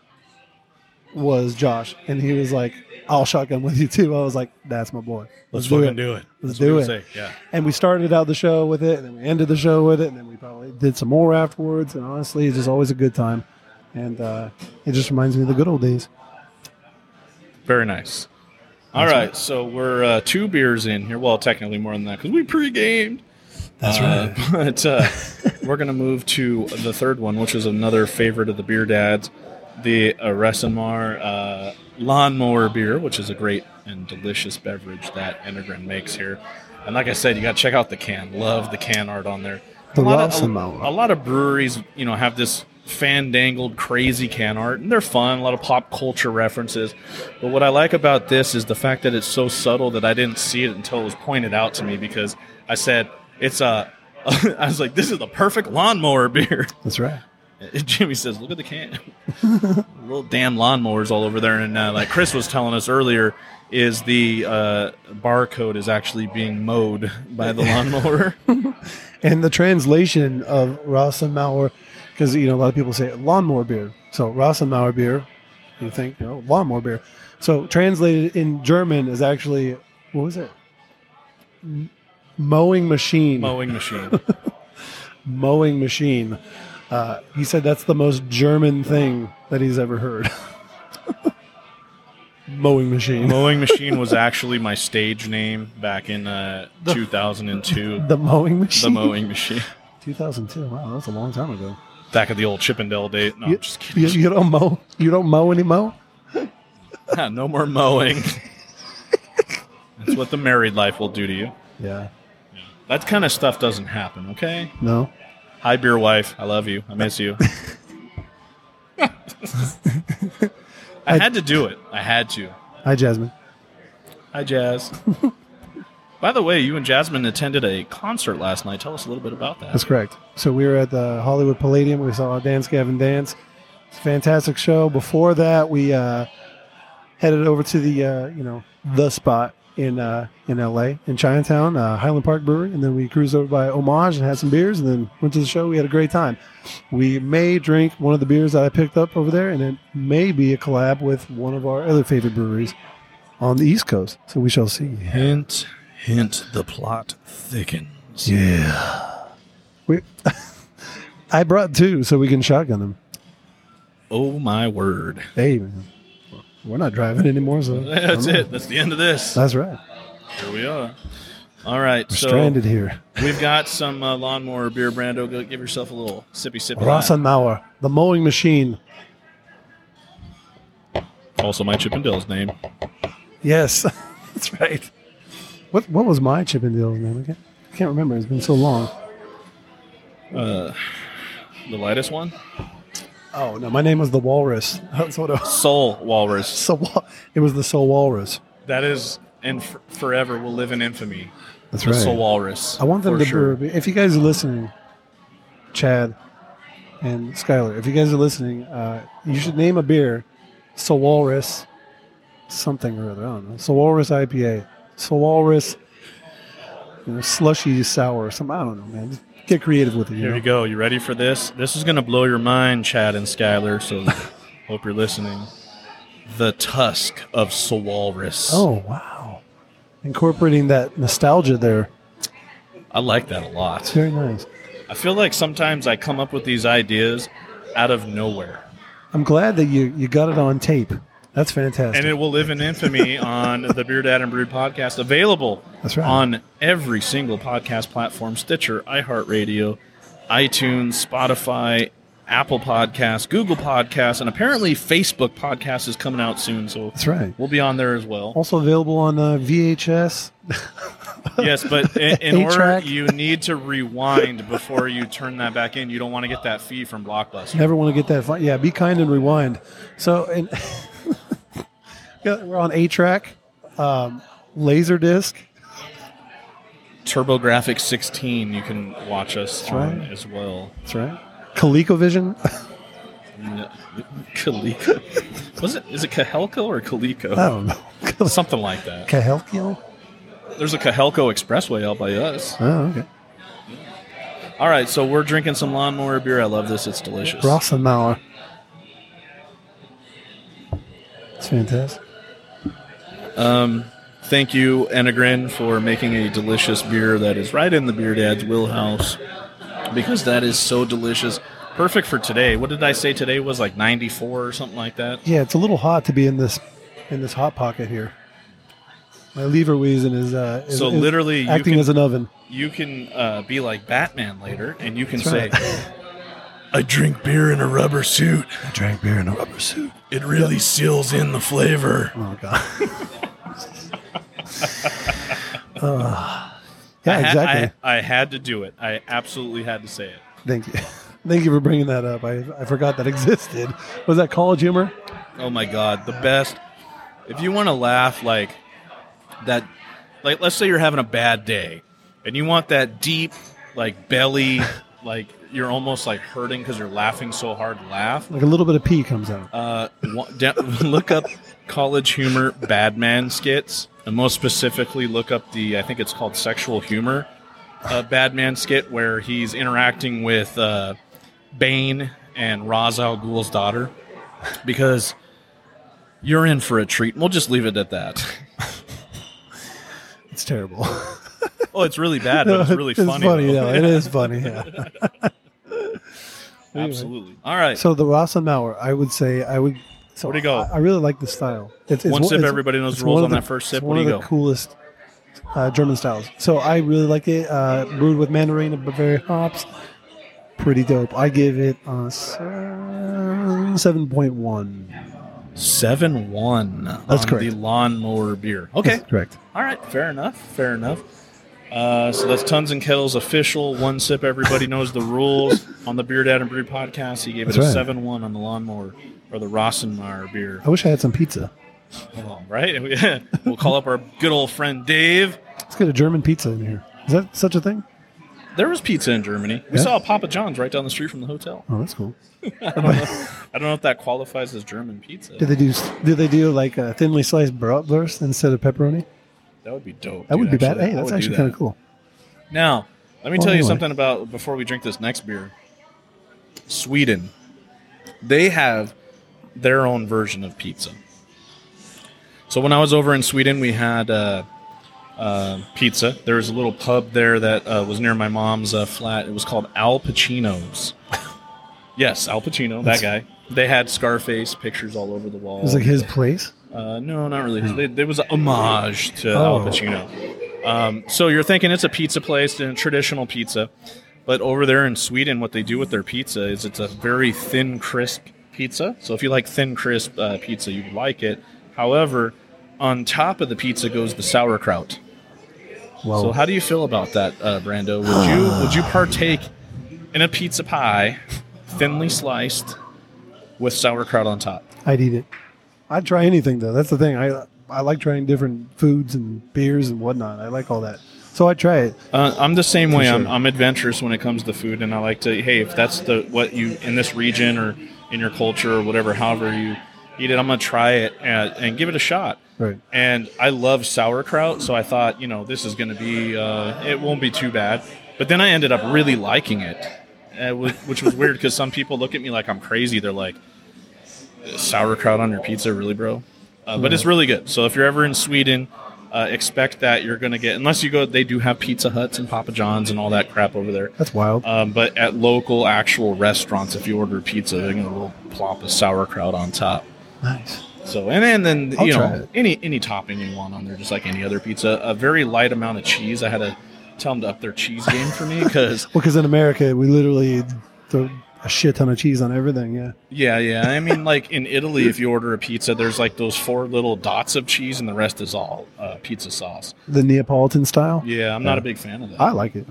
S3: was Josh, and he was like, "I'll shotgun with you too." I was like, "That's my boy.
S2: Let's
S3: do
S2: fucking
S3: it.
S2: do it.
S3: Let's
S2: That's what
S3: do
S2: we
S3: it."
S2: say, yeah.
S3: And we started out the show with it, and then we ended the show with it, and then we probably did some more afterwards. And honestly, it's just always a good time, and uh, it just reminds me of the good old days.
S2: Very nice. All right, so we're uh, two beers in here. Well, technically more than that because we pre-gamed. That's right. But uh, we're gonna move to the third one, which is another favorite of the beer dads, the uh, Resimar uh, Lawnmower Beer, which is a great and delicious beverage that Enegrin makes here. And like I said, you got to check out the can. Love the can art on uh, there. a,
S3: The
S2: lot of,
S3: Resimar.
S2: a, a lot of breweries, you know, have this fandangled, crazy can art, and they're fun. A lot of pop culture references. But what I like about this is the fact that it's so subtle that I didn't see it until it was pointed out to me because I said it's a. I was like, this is the perfect lawnmower beer.
S3: That's right.
S2: Jimmy says, "Look at the can, little damn lawnmowers all over there." And uh, like Chris was telling us earlier, is the uh, barcode is actually being mowed by the lawnmower.
S3: And the translation of Rosenmauer, because you know a lot of people say lawnmower beer. So Rosenmauer beer, you think you know lawnmower beer. So translated in German is actually what was it? M- Mowing machine.
S2: Mowing machine.
S3: Mowing machine. Uh, he said that's the most German thing that he's ever heard. Mowing machine.
S2: Mowing machine was actually my stage name back in uh, 2002.
S3: The mowing machine.
S2: The mowing machine.
S3: 2002. Wow, that's a long time ago.
S2: Back at the old Chippendale day. No,
S3: you,
S2: I'm just
S3: you,
S2: kidding.
S3: you don't mow. You don't mow anymore.
S2: no more mowing. That's what the married life will do to you.
S3: Yeah.
S2: That kind of stuff doesn't happen, okay?
S3: No.
S2: Hi, beer wife. I love you. I miss you. I had to do it. I had to.
S3: Hi, Jasmine.
S2: Hi, Jazz. By the way, you and Jasmine attended a concert last night. Tell us a little bit about that.
S3: That's correct. So we were at the Hollywood Palladium. We saw Dance Gavin Dance. It's a fantastic show. Before that, we uh, headed over to the uh, you know the spot in uh, in L.A. in Chinatown, uh, Highland Park Brewery, and then we cruised over by Homage and had some beers, and then went to the show. We had a great time. We may drink one of the beers that I picked up over there, and it may be a collab with one of our other favorite breweries on the East Coast. So we shall see.
S2: Hint, hint, the plot thickens.
S3: Yeah. We, I brought two so we can shotgun them.
S2: Oh my word.
S3: Hey, man. We're not driving anymore, so.
S2: That's it. That's the end of this.
S3: Oh. That's right.
S2: Here we are. All right, so
S3: Stranded here.
S2: we've got some uh, lawnmower beer, Brando. Go give yourself a little sippy sippy. of that.
S3: Rosenmauer, the mowing machine.
S2: Also, my Chippendale's name.
S3: Yes, that's right. What what was my Chippendale's name again? I can't remember. It's been so long.
S2: The lightest one?
S3: Oh no, my name was the Walrus. That's what it was.
S2: Soul Walrus.
S3: So wa- it was the Soul Walrus.
S2: That is, and f- forever will live in infamy.
S3: That's
S2: The Soul Walrus.
S3: I want them
S2: for
S3: to.
S2: sure.
S3: brew- If you guys are listening, Chad and Skylar, if you guys are listening, uh, you should name a beer Sawalrus something or other. I don't know. Sawalrus IPA. Sawalrus you know, slushy sour or something. I don't know, man. Just get creative with it. You
S2: Here
S3: know?
S2: you go. You ready for this? This is going to blow your mind, Chad and Skyler. So hope you're listening. The tusk of Sawalrus.
S3: Oh wow, incorporating that nostalgia there.
S2: I like that a lot.
S3: It's very nice.
S2: I feel like sometimes I come up with these ideas out of nowhere.
S3: I'm glad that you you got it on tape. That's fantastic.
S2: And it will live in infamy on the Beard Ad and Brood podcast, available
S3: That's right.
S2: on every single podcast platform Stitcher, iHeartRadio, iTunes, Spotify, Apple Podcasts, Google Podcasts, and apparently Facebook Podcast is coming out soon. So
S3: That's right.
S2: we'll be on there as well.
S3: Also available on uh, VHS.
S2: yes, but in, in order,
S3: Eight-track.
S2: you need to rewind before you turn that back in. You don't want to get that fee from Blockbuster.
S3: Never want to get that. Fun. Yeah, be kind and rewind. So, and yeah, we're on a track, um, Laserdisc.
S2: TurboGrafx 16, you can watch us on
S3: right.
S2: as well.
S3: That's right. ColecoVision.
S2: No. Coleco. Was it? Is it Cahelco or
S3: I
S2: Coleco?
S3: don't know.
S2: Something like that.
S3: Cahelkio.
S2: There's a Cahelco Expressway out by us.
S3: Oh, okay.
S2: All right, so we're drinking some lawnmower beer. I love this. It's delicious.
S3: Rossenauer. It's fantastic.
S2: Thank you, Enegrin, for making a delicious beer that is right in the Beer Dad's wheelhouse because that is so delicious. Perfect for today. What did I say today was like 94 or something like that?
S3: Yeah, it's a little hot to be in this in this hot pocket here. My lever wheezing is, uh, is
S2: So
S3: is
S2: literally you
S3: acting
S2: can-
S3: as an oven.
S2: You can uh, be like Batman later and you can say,
S3: That's
S2: I drink beer in a rubber suit.
S3: I drank beer in a rubber suit.
S2: It really seals in the flavor.
S3: Oh god. Uh,
S2: I
S3: yeah,
S2: had-
S3: exactly.
S2: I, I had to do it. I absolutely had to say it.
S3: Thank you. Thank you for bringing that up. I, I forgot that existed. Was that college humor?
S2: Oh my god, the best. If you want to laugh like that like let's say you're having a bad day and you want that deep like belly like you're almost like hurting cuz you're laughing so hard laugh.
S3: Like a little bit of pee comes out.
S2: Uh wa- da- look up college humor bad man skits and most specifically look up the I think it's called sexual humor uh, bad man skit where he's interacting with uh Bane and Ra's al Ghul's daughter because you're in for a treat. We'll just leave it at that.
S3: It's terrible.
S2: Oh, it's really bad, but it's really funny.
S3: funny
S2: though.
S3: though. It is funny. Yeah.
S2: Absolutely. All right.
S3: So the Rosenauer, I would say, I would. So
S2: Where do you go?
S3: I, I really like the style. It's, it's
S2: One
S3: one-
S2: sip,
S3: it's-
S2: everybody knows
S3: it's
S2: the rules
S3: one of
S2: on that first sip.
S3: It's
S2: Where
S3: one
S2: do
S3: of
S2: you
S3: the
S2: go?
S3: coolest uh, German styles. So I really like it. Uh, brewed with Mandarin and Bavarian hops. Pretty dope. I give it uh, seven point one.
S2: Seven one.
S3: That's
S2: on The
S3: correct.
S2: lawnmower beer. Okay.
S3: correct.
S2: All right. Fair enough. Fair enough. Uh, so that's tons and kettles official. One sip. Everybody knows the rules on the Beard Dad and Brew podcast. He gave it
S3: That's
S2: a
S3: right.
S2: seven one on the lawnmower or the Rossenmeyer beer.
S3: I wish I had some pizza.
S2: All right. we'll call up our good old friend Dave.
S3: Let's get a German pizza in here. Is that such a thing?
S2: There was pizza in Germany. We
S3: Yeah.
S2: saw a Papa John's right down the street from the hotel.
S3: Oh, that's cool.
S2: I don't know if that qualifies as German pizza.
S3: Did they do? Did they do like a thinly sliced bratwurst instead of pepperoni?
S2: That would be dope.
S3: That would
S2: dude,
S3: be bad.
S2: actually.
S3: Hey,
S2: I
S3: that's
S2: would do that.
S3: actually kind of cool.
S2: Now, let me
S3: Well,
S2: tell you
S3: anyway.
S2: something about before we drink this next beer. Sweden, they have their own version of pizza. So when I was over in Sweden, we had uh, uh, pizza. There was a little pub there that uh, was near my mom's uh, flat. It was called Al Pacino's. yes, Al Pacino, that guy. They had Scarface pictures all over the wall.
S3: It was like his place.
S2: Uh, no, not really. They- There was a homage to Al
S3: Oh.
S2: Pacino. Um, so you're thinking it's a pizza place and a traditional pizza, but over there in Sweden, what they do with their pizza is it's a very thin, crisp pizza. So if you like thin, crisp uh, pizza, you like it. However, on top of the pizza goes the sauerkraut.
S3: Well,
S2: So how do you feel about that, uh, Brando? Would you would you partake in a pizza pie, thinly sliced, with sauerkraut on top?
S3: I'd eat it. I'd try anything though. That's the thing. I I like trying different foods and beers and whatnot. I like all that. So I try it.
S2: Uh, I'm the same way. I'm,
S3: sure.
S2: I'm adventurous when it comes to food, and I like to. Hey, if that's the what you in this region or in your culture or whatever, however you heated. I'm gonna try it and, and give it a shot.
S3: Right.
S2: And I love sauerkraut, so I thought, you know, this is gonna be uh, it won't be too bad. But then I ended up really liking it, uh, whi- which was weird because some people look at me like I'm crazy. They're like, sauerkraut on your pizza, really, bro? Uh, but it's really good. So if you're ever in Sweden, uh, expect that you're going to get, unless you go, they do have Pizza Huts and Papa John's and all that crap over there.
S3: That's wild.
S2: Um, but at local actual restaurants, if you order pizza, they're going to plop a sauerkraut on top.
S3: nice.
S2: So and, and then
S3: I'll
S2: you
S3: try
S2: know
S3: it.
S2: any any topping you want on there, just like any other pizza. A very light amount of cheese. I had to tell them to up their cheese game for me because
S3: Well, because in America we literally throw a shit ton of cheese on everything. Yeah.
S2: Yeah, yeah. I mean, like in Italy, if you order a pizza, there's like those four little dots of cheese, and the rest is all uh, pizza sauce.
S3: The Neapolitan style.
S2: Yeah, Uh-huh. I'm not a big fan of that.
S3: I like it.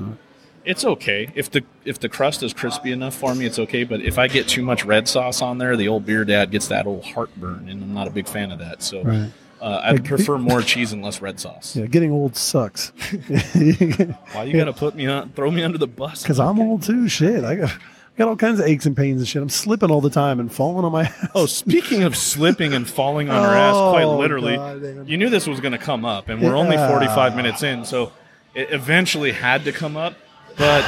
S2: it's okay if the if the crust is crispy enough for me, it's okay. But if I get too much red sauce on there, the old beer dad gets that old heartburn, and I'm not a big fan of that. So
S3: Right.
S2: uh, I prefer more cheese and less red sauce.
S3: Yeah. Getting old sucks.
S2: Why you gotta put me on? Throw me under the bus?
S3: Because I'm old too. Shit. I got, I got all kinds of aches and pains and shit. I'm slipping all the time and falling on my ass.
S2: Oh, speaking of slipping and falling on her ass, quite
S3: Oh,
S2: literally,
S3: God, man.
S2: you knew this was going to come up, and we're only
S3: Yeah.
S2: 45 minutes in, so it eventually had to come up. But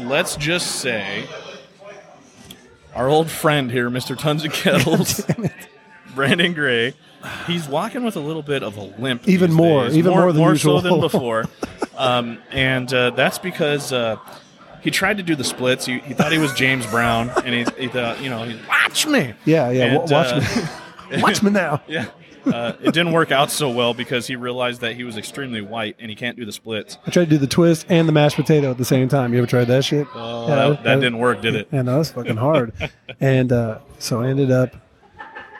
S2: let's just say our old friend here, Mr. Tons of Kettles, Brandon Gray, he's walking with a little bit of a limp.
S3: Even
S2: these
S3: more,
S2: days,
S3: even more than
S2: more
S3: usual.
S2: so than before. um, and uh, that's because. Uh, he tried to do the splits. He, he thought he was James Brown, and he, he thought, you know, he, watch me.
S3: Yeah. Yeah. wa-
S2: And,
S3: watch
S2: uh,
S3: me. watch me now.
S2: Yeah. Uh, it didn't work out so well because he realized that he was extremely white and he can't do the splits.
S3: I tried to do the twist and the mashed potato at the same time. You ever tried that shit?
S2: Oh,
S3: Yeah,
S2: that, that didn't work, did it?
S3: Yeah, no, that's fucking hard. and uh, so I ended up.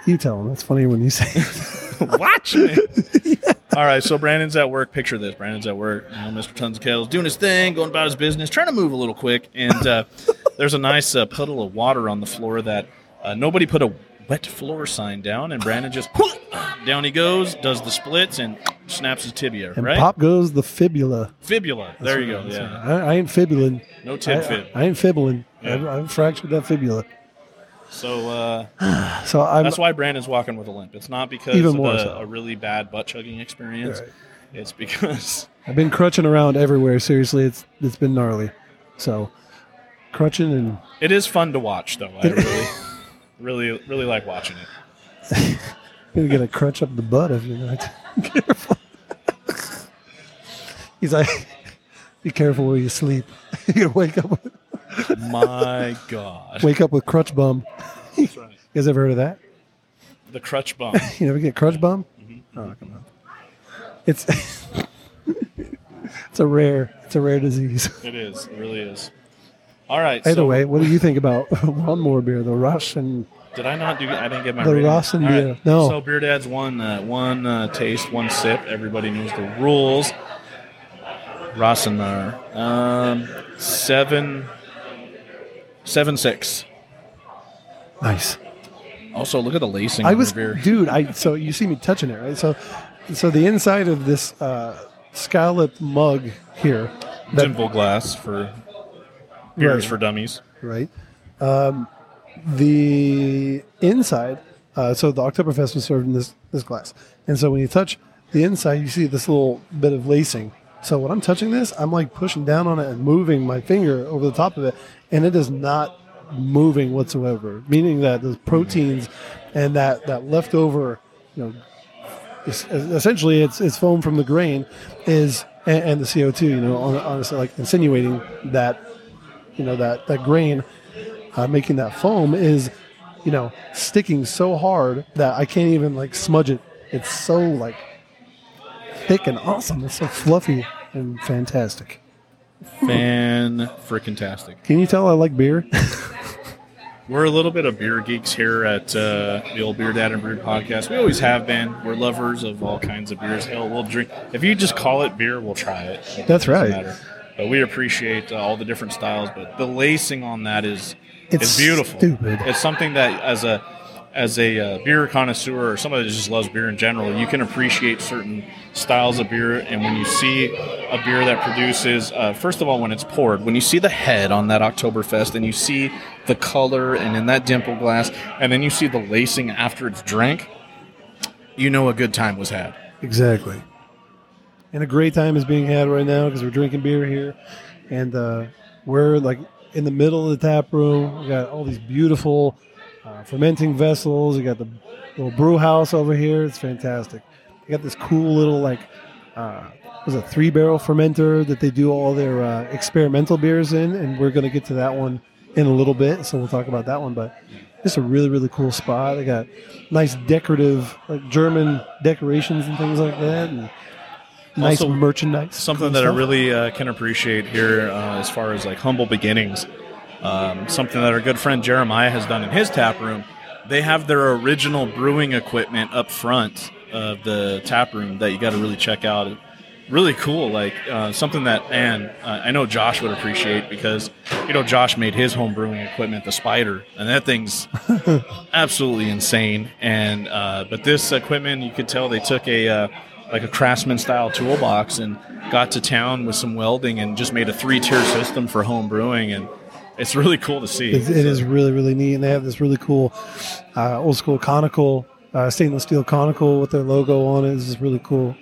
S3: You tell them. That's funny when you say. It.
S2: Watch me. All right, so Brandon's at work. Picture this: Brandon's at work. You know, Mr. Tons of Kettles doing his thing, going about his business, trying to move a little quick. And uh, there's a nice uh, puddle of water on the floor that uh, nobody put a wet floor sign down, and Brandon just down he goes, does the splits, and snaps his tibia.
S3: And
S2: right?
S3: pop goes the fibula.
S2: Fibula. There you go.
S3: That's
S2: Yeah.
S3: right. I, I ain't fibuling.
S2: No tib
S3: I,
S2: fib.
S3: I ain't fibuling.
S2: Yeah.
S3: I, I fractured that fibula.
S2: So. Uh,
S3: So I'm.
S2: That's why Brandon's walking with a limp. It's not because
S3: Even
S2: of
S3: more
S2: a,
S3: so.
S2: a really bad butt chugging experience.
S3: Right.
S2: It's because
S3: I've been crutching around everywhere. Seriously, it's it's been gnarly. So crutching and
S2: it is fun to watch, though. I really, really, really like watching it.
S3: You're gonna crunch up the butt if you're not careful. He's like, be careful where you sleep. You're gonna wake up,
S2: My God,
S3: wake up with crutch bum.
S2: That's right.
S3: You guys ever heard of that?
S2: the crutch bump.
S3: You never get crutch bum? Oh, come on. It's it's a rare it's a rare disease.
S2: It is, it really is. All right.
S3: Either
S2: so
S3: way, what do you think about lawnmower beer? The rush and
S2: did I not do? I didn't get my
S3: The
S2: rating.
S3: Ross and
S2: All
S3: beer. No.
S2: So beer dad's one, uh, one uh, taste, one sip. Everybody knows the rules. Rossenar, um, seven, seven six.
S3: nice.
S2: Also, look at the lacing.
S3: I
S2: on
S3: was,
S2: the beer.
S3: dude. I so you see me touching it, right? So, so the inside of this uh, scallop mug here, that-
S2: Simple glass for beers
S3: Right.
S2: for dummies.
S3: right? Um, the inside, uh, so the Oktoberfest was served in this this glass, and so when you touch the inside, you see this little bit of lacing. So when I'm touching this, I'm like pushing down on it and moving my finger over the top of it, and it is not moving whatsoever. Meaning that those proteins and that that leftover, you know, es- essentially it's it's foam from the grain is and, and the CO2. You know, hon- honestly, like insinuating that you know that that grain uh, making that foam is you know sticking so hard that i can't even like smudge it it's so like thick and awesome it's so fluffy and fantastic
S2: Fan freaking tastic.
S3: can you tell i like beer
S2: We're a little bit of beer geeks here at uh, the old Beer Dad and Brew podcast. We always have been. We're lovers of all kinds of beers. Hell, we'll drink. If you just call it beer, we'll try it. It
S3: That's
S2: doesn't
S3: right.
S2: matter. But we appreciate uh, all the different styles. But the lacing on that is is
S3: It's
S2: beautiful.
S3: stupid.
S2: It's something that as a as a uh, beer connoisseur or somebody that just loves beer in general, you can appreciate certain styles of beer. And when you see a beer that produces, uh, first of all, when it's poured, when you see the head on that Oktoberfest and you see the color and in that dimple glass, and then you see the lacing after it's drank, you know a good time was had.
S3: Exactly. And a great time is being had right now because we're drinking beer here, and uh, we're like in the middle of the tap room. We got all these beautiful uh, fermenting vessels. We got the little brew house over here. It's fantastic. They got this cool little like uh, was a three barrel fermenter that they do all their uh, experimental beers in, and we're gonna get to that one in a little bit. So we'll talk about that one, but. It's a really, really cool spot. They got nice decorative, like German decorations and things like that. And nice
S2: Also,
S3: merchandise.
S2: something
S3: cool
S2: that I
S3: stuff.
S2: really uh, can appreciate here uh, as far as like humble beginnings. Um, something that our good friend Jeremiah has done in his tap room. They have their original brewing equipment up front of the tap room that you got to really check out. Really cool, like uh, something that, and uh, I know Josh would appreciate because you know Josh made his home brewing equipment, the Spider, and that thing's absolutely insane. And uh, but this equipment, you could tell they took a uh, like a craftsman style toolbox and got to town with some welding and just made a three tier system for home brewing, and it's really cool to see.
S3: It's, it is really, really neat. And they have this really cool uh, old school conical, uh, stainless steel conical with their logo on it. It's just really cool.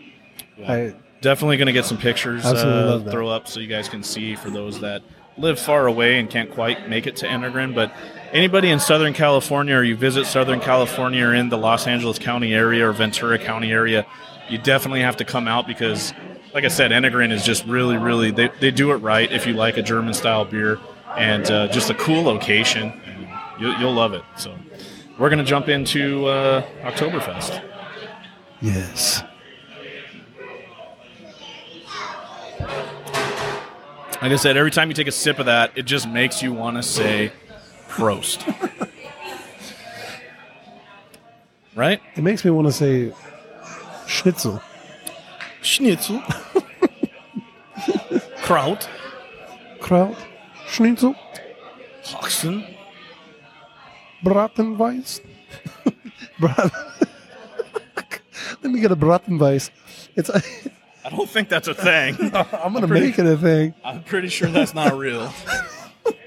S3: I,
S2: Definitely going to get some pictures
S3: Absolutely
S2: uh,
S3: love that.
S2: throw up so you guys can see for those that live far away and can't quite make it to Enneagram. But anybody in Southern California or you visit Southern California or in the Los Angeles County area or Ventura County area, you definitely have to come out because, like I said, Enneagram is just really, really, they, they do it right if you like a German style beer and uh, just a cool location. And you, you'll love it. So we're going to jump into uh, Oktoberfest.
S3: yes.
S2: Like I said, every time you take a sip of that, it just makes you want to say Prost. right?
S3: It makes me want to say schnitzel.
S2: Schnitzel. Kraut.
S3: Kraut. Schnitzel.
S2: Hoxen.
S3: Bratenweiss. Brat- Let me get a Bratenweiss. It's.
S2: I don't think that's a thing.
S3: I'm gonna
S2: pretty-
S3: make it a thing.
S2: I'm pretty sure that's not real.
S3: Let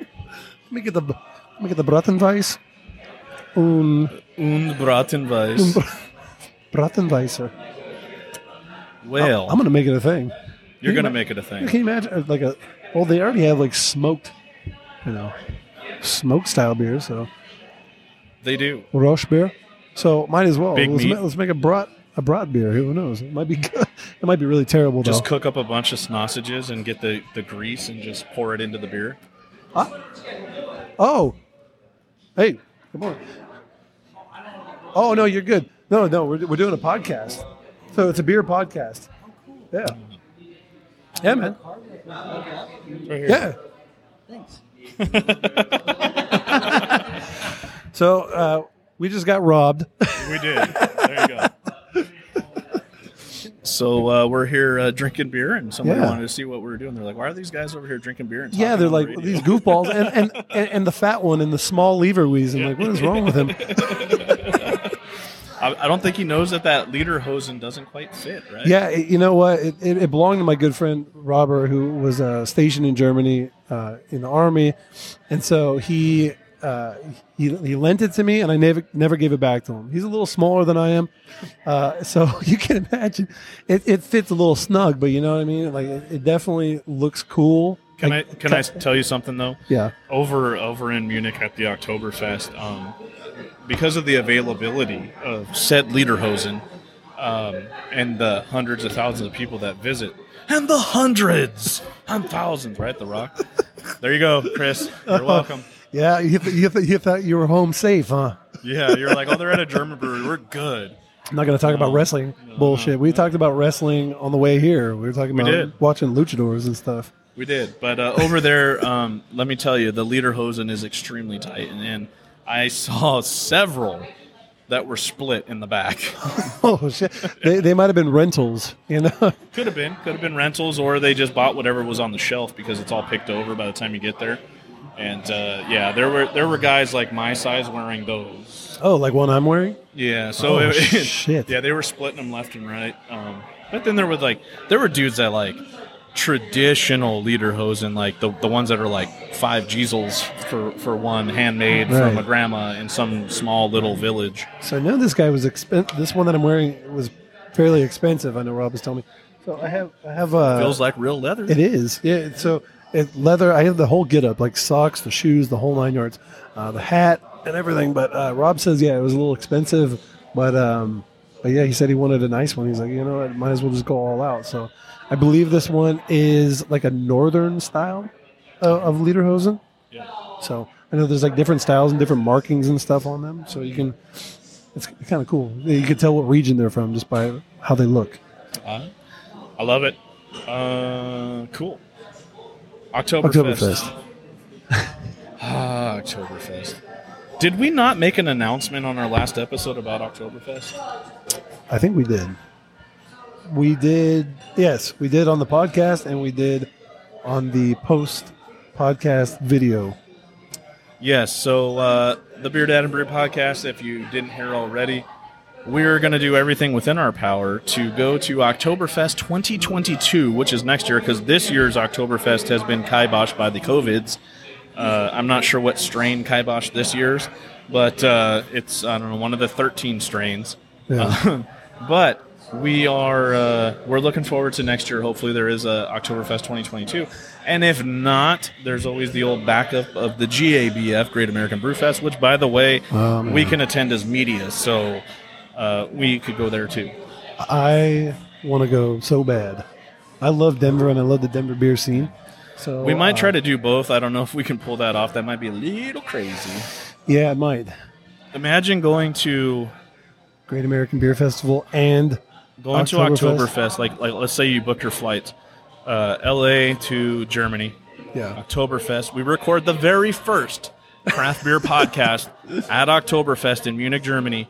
S3: me get the. Let me get the Bratenweiss. Un
S2: Und Bratenweiss.
S3: Bratenweisser.
S2: Well,
S3: I'm gonna make it a thing.
S2: you're going to make it a thing.
S3: Can you imagine uh, like a well they already have like smoked you know smoked style beer, so
S2: They do.
S3: Roche beer. So might as well.
S2: Big
S3: let's,
S2: meat.
S3: ma- let's make a brat a brat beer. Who knows? It might be good. It might be really terrible
S2: Just
S3: though.
S2: cook up a bunch of sausages and get the, the grease and just pour it into the beer.
S3: oh. Hey, come on. Oh no, you're good. No, no, we're, we're doing a podcast. So it's a beer podcast. Yeah. Yeah, man.
S2: Right here.
S3: Yeah.
S4: Thanks.
S3: So uh, we just got robbed.
S2: We did. There you go. So uh, we're here uh, drinking beer, and somebody
S3: Yeah.
S2: wanted to see what we were doing. They're like, "Why are these guys over here drinking beer?" And
S3: Yeah,
S2: talking
S3: they're
S2: on the
S3: like
S2: radio?"
S3: these goofballs, and and, and and the fat one and the small lever wheeze. I'm like, what is wrong with him?
S2: I, I don't think he knows that that leader hosen doesn't quite fit, right?
S3: Yeah, it- you know what? It, it, it belonged to my good friend Robert, who was uh, stationed in Germany uh, in the army, and so he. Uh, he, he lent it to me, and I never never gave it back to him. He's a little smaller than I am, uh, so you can imagine it, it fits a little snug. But you know what I mean? Like it, it definitely looks cool.
S2: Can I can I s- tell you something though?
S3: Yeah.
S2: Over over in Munich at the Oktoberfest, um, because of the availability of said lederhosen um, and the hundreds of thousands of people that visit, and the hundreds and thousands, right? The Rock. There you go, Chris. You're welcome.
S3: Yeah, you, th- you, th- you thought you were home safe, huh?
S2: Yeah, you're like, oh, they're at a German brewery. We're good.
S3: I'm not going to talk about wrestling bullshit. We talked about wrestling on the way here. We were talking about
S2: did.
S3: watching luchadors and stuff.
S2: We did, but uh, over there, um, let me tell you, the lederhosen is extremely tight, and, and I saw several that were split in the back.
S3: Oh shit! they, they might have been rentals, you know.
S2: could have been, could have been rentals, or they just bought whatever was on the shelf because it's all picked over by the time you get there. And uh, yeah, there were there were guys like my size wearing those.
S3: Oh, like one I'm wearing?
S2: Yeah, so
S3: Oh,
S2: it,
S3: shit.
S2: Yeah, they were splitting them left and right. Um, but then there was like there were dudes that like traditional lederhosen, like the, the ones that are like five Jeezels for for one, handmade from
S3: Right.
S2: a grandma in some small little village.
S3: So I know this guy was expen- This one that I'm wearing was fairly expensive. I know Rob was telling me. So I have, I have. Uh,
S2: Feels like real leather.
S3: It is. Yeah. it's- So it, leather. I have the whole get up, like socks, the shoes, the whole nine yards, uh, the hat, and everything. But uh, Rob says, yeah, it was a little expensive, but um, but yeah, he said he wanted a nice one. He's like, you know, what, might as well just go all out. So I believe this one is like a northern style of, of lederhosen.
S2: Yeah.
S3: So I know there's like different styles and different markings and stuff on them. So you can. It's kind of cool. You can tell what region they're from just by how they look.
S2: Uh, I love it. Uh, cool.
S3: Oktoberfest.
S2: Oktoberfest. Ah, Oktoberfest. Did we not make an announcement on our last episode about Oktoberfest?
S3: I think we did. We did. Yes, we did on the podcast, and we did on the post podcast video.
S2: Yes. So uh, the Beard Dad and Brew podcast, if you didn't hear already, we're going to do everything within our power to go to Oktoberfest 2022, which is next year, because this year's Oktoberfest has been kiboshed by the COVIDs. Uh, I'm not sure what strain kiboshed this year's, but uh, it's, I don't know, one of the 13 strains.
S3: Yeah.
S2: but we are uh, we're looking forward to next year. Hopefully, there is a Oktoberfest 2022, and if not, there's always the old backup of the GABF Great American Brew Fest, which, by the way,
S3: Oh, man.
S2: we can attend as media, so uh, we could go there too.
S3: I want to go so bad. I love Denver, and I love the Denver beer scene. So
S2: We might
S3: uh,
S2: try to do both. I don't know if we can pull that off. That might be a little crazy.
S3: Yeah, I might.
S2: Imagine going to
S3: Great American Beer Festival and
S2: going to
S3: Oktoberfest.
S2: Oktoberfest. Like like let's say you booked your flights, uh, L.A. to Germany.
S3: yeah,
S2: Oktoberfest. We record the very first craft beer podcast at Oktoberfest in Munich, Germany,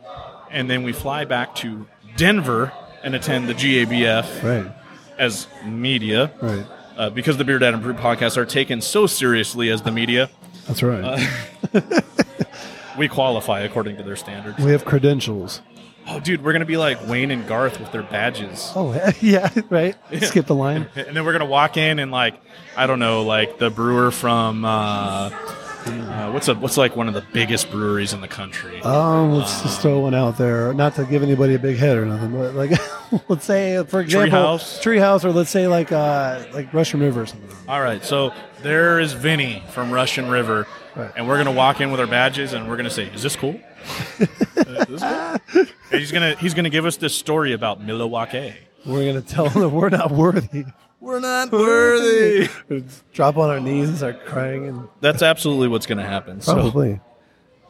S2: and then we fly back to Denver and attend the GABF
S3: right,
S2: as media
S3: right.
S2: uh, because the Beer Dad and Brew podcasts are taken so seriously as the media.
S3: That's right.
S2: We qualify according to their standards.
S3: we have credentials.
S2: Oh, dude, we're gonna be like Wayne and Garth with their badges.
S3: Oh yeah, right. Skip the line.
S2: And then we're gonna walk in and like I don't know, like the brewer from uh, uh, what's a what's like one of the biggest breweries in the country.
S3: Um, let's just throw one out there. Not to give anybody a big head or nothing, but like, let's say uh, for example,
S2: Treehouse?
S3: Treehouse, or let's say like uh, like Russian River or something.
S2: All right, so there is Vinny from Russian River,
S3: Right.
S2: and we're gonna walk in with our badges, and we're gonna say, "Is this cool?" Uh, is this cool? And he's gonna he's gonna give us this story about Milwaukee.
S3: We're gonna tell them that we're not worthy.
S2: We're not
S3: Drop on our knees and start crying and
S2: That's absolutely what's gonna happen. So,
S3: probably.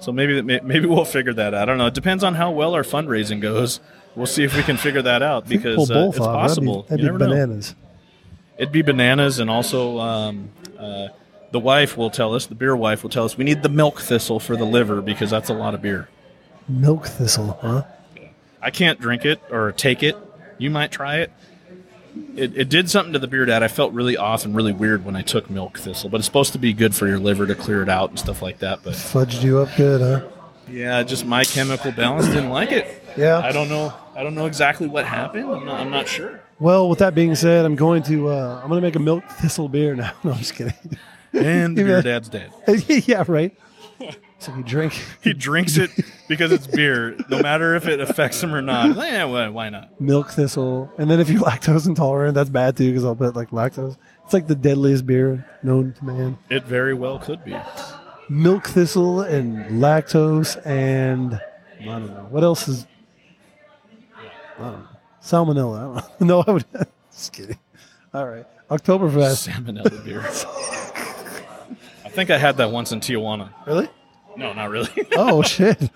S2: so maybe that- may- maybe we'll figure that out. I don't know. It depends on how well our fundraising goes. We'll see if we can figure that out because uh, it's
S3: off. That'd be-
S2: possible.
S3: That'd
S2: You
S3: be,
S2: never know.
S3: bananas.
S2: It'd be bananas, and also um, uh, the wife will tell us, the beer wife will tell us, we need the milk thistle for the liver because that's a lot of beer.
S3: Milk thistle, huh?
S2: I can't drink it or take it. You might try it. It, it did something to the beer dad. I felt really off and really weird when I took milk thistle, but it's supposed to be good for your liver to clear it out and stuff like that. But
S3: Fudged you up good, huh?
S2: yeah, just my chemical balance didn't like it.
S3: Yeah.
S2: I don't know. I don't know exactly what happened. I'm not, I'm not sure.
S3: Well, with that being said, I'm going to uh, I'm gonna make a milk thistle beer now. No, I'm just kidding.
S2: And the beer dad's dead.
S3: yeah, right. So you drink
S2: He drinks it because it's beer, no matter if it affects him or not. Yeah, why, why not?
S3: milk thistle, and then if you're lactose intolerant, that's bad too because I'll put like lactose. It's like the deadliest beer known to man.
S2: It very well could be.
S3: Milk thistle and lactose and I don't know what else is. I don't know. Salmonella. I don't know. No, I would. Just kidding. All right, Oktoberfest.
S2: Salmonella beer. I think I had that once in Tijuana.
S3: Really?
S2: No, not really.
S3: Oh shit.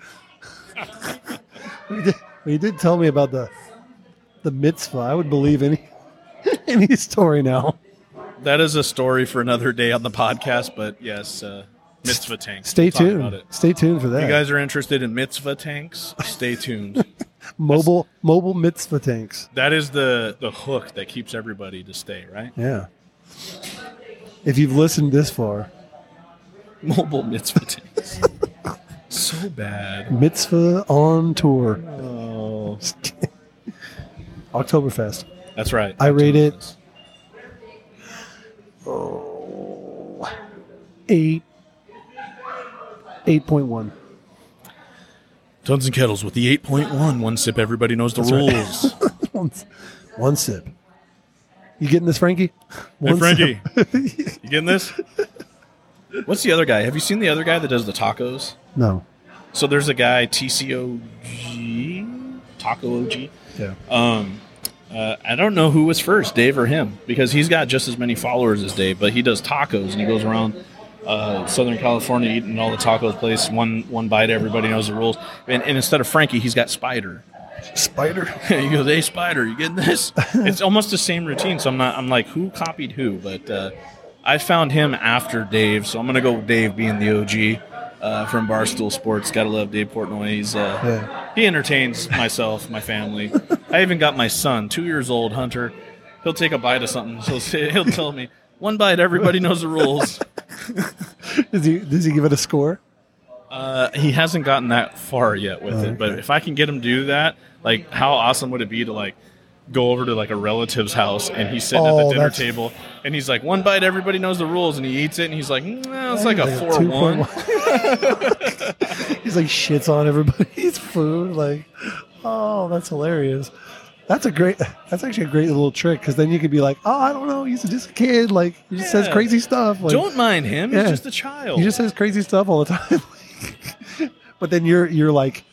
S3: you, did, you did tell me about the the mitzvah. I would believe any any story now.
S2: that is a story for another day on the podcast, but yes, uh, mitzvah tanks.
S3: Stay
S2: We'll talk about
S3: tuned.
S2: it.
S3: Stay tuned for
S2: If
S3: that.
S2: you guys are interested in mitzvah tanks, stay tuned.
S3: mobile mobile mitzvah tanks.
S2: that is the, the hook that keeps everybody to stay, right?
S3: Yeah. If you've listened this far,
S2: Mobile mitzvah tanks. so bad.
S3: Mitzvah on tour.
S2: Oh.
S3: Oktoberfest.
S2: That's right.
S3: I rate it- Eight. Eight point one.
S2: Tons and kettles with the 8.1. One sip, everybody knows the rules.
S3: One, s- one sip. You getting this, Frankie? One
S2: hey, Frankie, you getting this? What's the other guy? Have you seen the other guy that does the tacos?
S3: Sip. No.
S2: So there's a guy, TCOG, Taco OG.
S3: Yeah.
S2: Um, uh, I don't know who was first, Dave or him, because he's got just as many followers as Dave, but he does tacos and he goes around uh, Southern California eating all the tacos place one one bite. Everybody knows the rules. And, and instead of Frankie, he's got Spider.
S3: Spider.
S2: he goes, "Hey, Spider, you getting this?" it's almost the same routine. So I'm not. I'm like, who copied who? But uh, I found him after Dave, so I'm gonna go with Dave being the OG. Uh, from Barstool Sports, gotta love Dave Portnoy. He's uh,
S3: Yeah.
S2: he entertains myself, my family. I even got my son, two years old, Hunter. He'll take a bite of something. He'll say, he'll tell me one bite. Everybody knows the rules.
S3: Does he does he give it a score?
S2: Uh, he hasn't gotten that far yet with
S3: Oh,
S2: it, but if I can get him to do that, like how awesome would it be to like go over to like a relative's house and he's sitting at
S3: Oh,
S2: the dinner
S3: that's-
S2: table and he's like one bite, everybody knows the rules, and he eats it and he's like, "Mm, "Nah, it's like a
S3: Like a
S2: four one.
S3: 2.1. He's like shits on everybody's food. Like, oh, that's hilarious. That's a great. That's actually a great little trick because then you could be like, oh, I don't know, he's just a kid. Like, he just says
S2: Yeah.
S3: crazy stuff. Like,
S2: Don't mind him;
S3: Yeah.
S2: he's just a child.
S3: he just says crazy stuff all the time. but then you're you're like,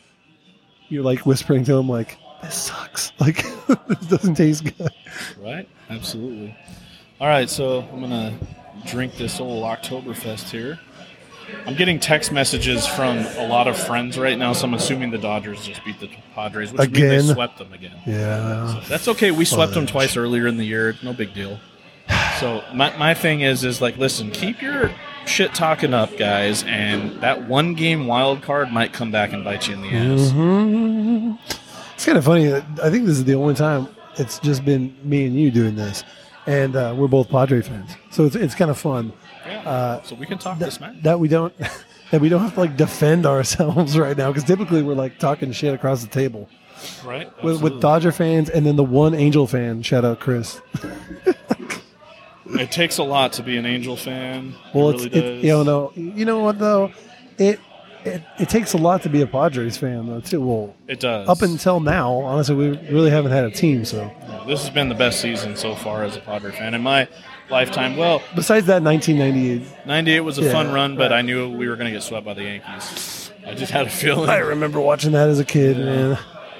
S3: you're like whispering to him like, this sucks. Like, this doesn't taste good.
S2: Right? Absolutely. All right, so I'm gonna drink this old Oktoberfest here. I'm getting text messages from a lot of friends right now, so I'm assuming the Dodgers just beat the Padres, which means they
S3: Again.
S2: swept them again.
S3: Yeah.
S2: That's okay. We swept them
S3: Fudge.
S2: twice earlier in the year. No big deal. So my, my thing is is like listen, keep your shit talking up, guys, and that one game wild card might come back and bite you in the ass.
S3: hmm It's kind of funny. that- I think this is the only time it's just been me and you doing this, and uh, we're both Padre fans, so it's it's kind of fun
S2: Yeah.
S3: Uh,
S2: so we can talk this match.
S3: that we don't that we don't have to like defend ourselves right now because typically we're like talking shit across the table
S2: right?
S3: with, with
S2: Absolutely.
S3: Dodger fans and then the one Angel fan. Shout out Chris.
S2: It takes a lot to be an Angel fan.
S3: Well,
S2: it
S3: it's,
S2: really
S3: it's
S2: does.
S3: you know you know what though, it it it takes a lot to be a Padres fan though too. Well,
S2: It does.
S3: up until now, honestly, we really haven't had a team so.
S2: this has been the best season so far as a Padre fan in my lifetime. Well,
S3: Besides that, 1998
S2: '98 was a
S3: Yeah,
S2: fun run, but I knew we were going to get swept by the Yankees. I just had a feeling.
S3: I remember watching that as a kid, man.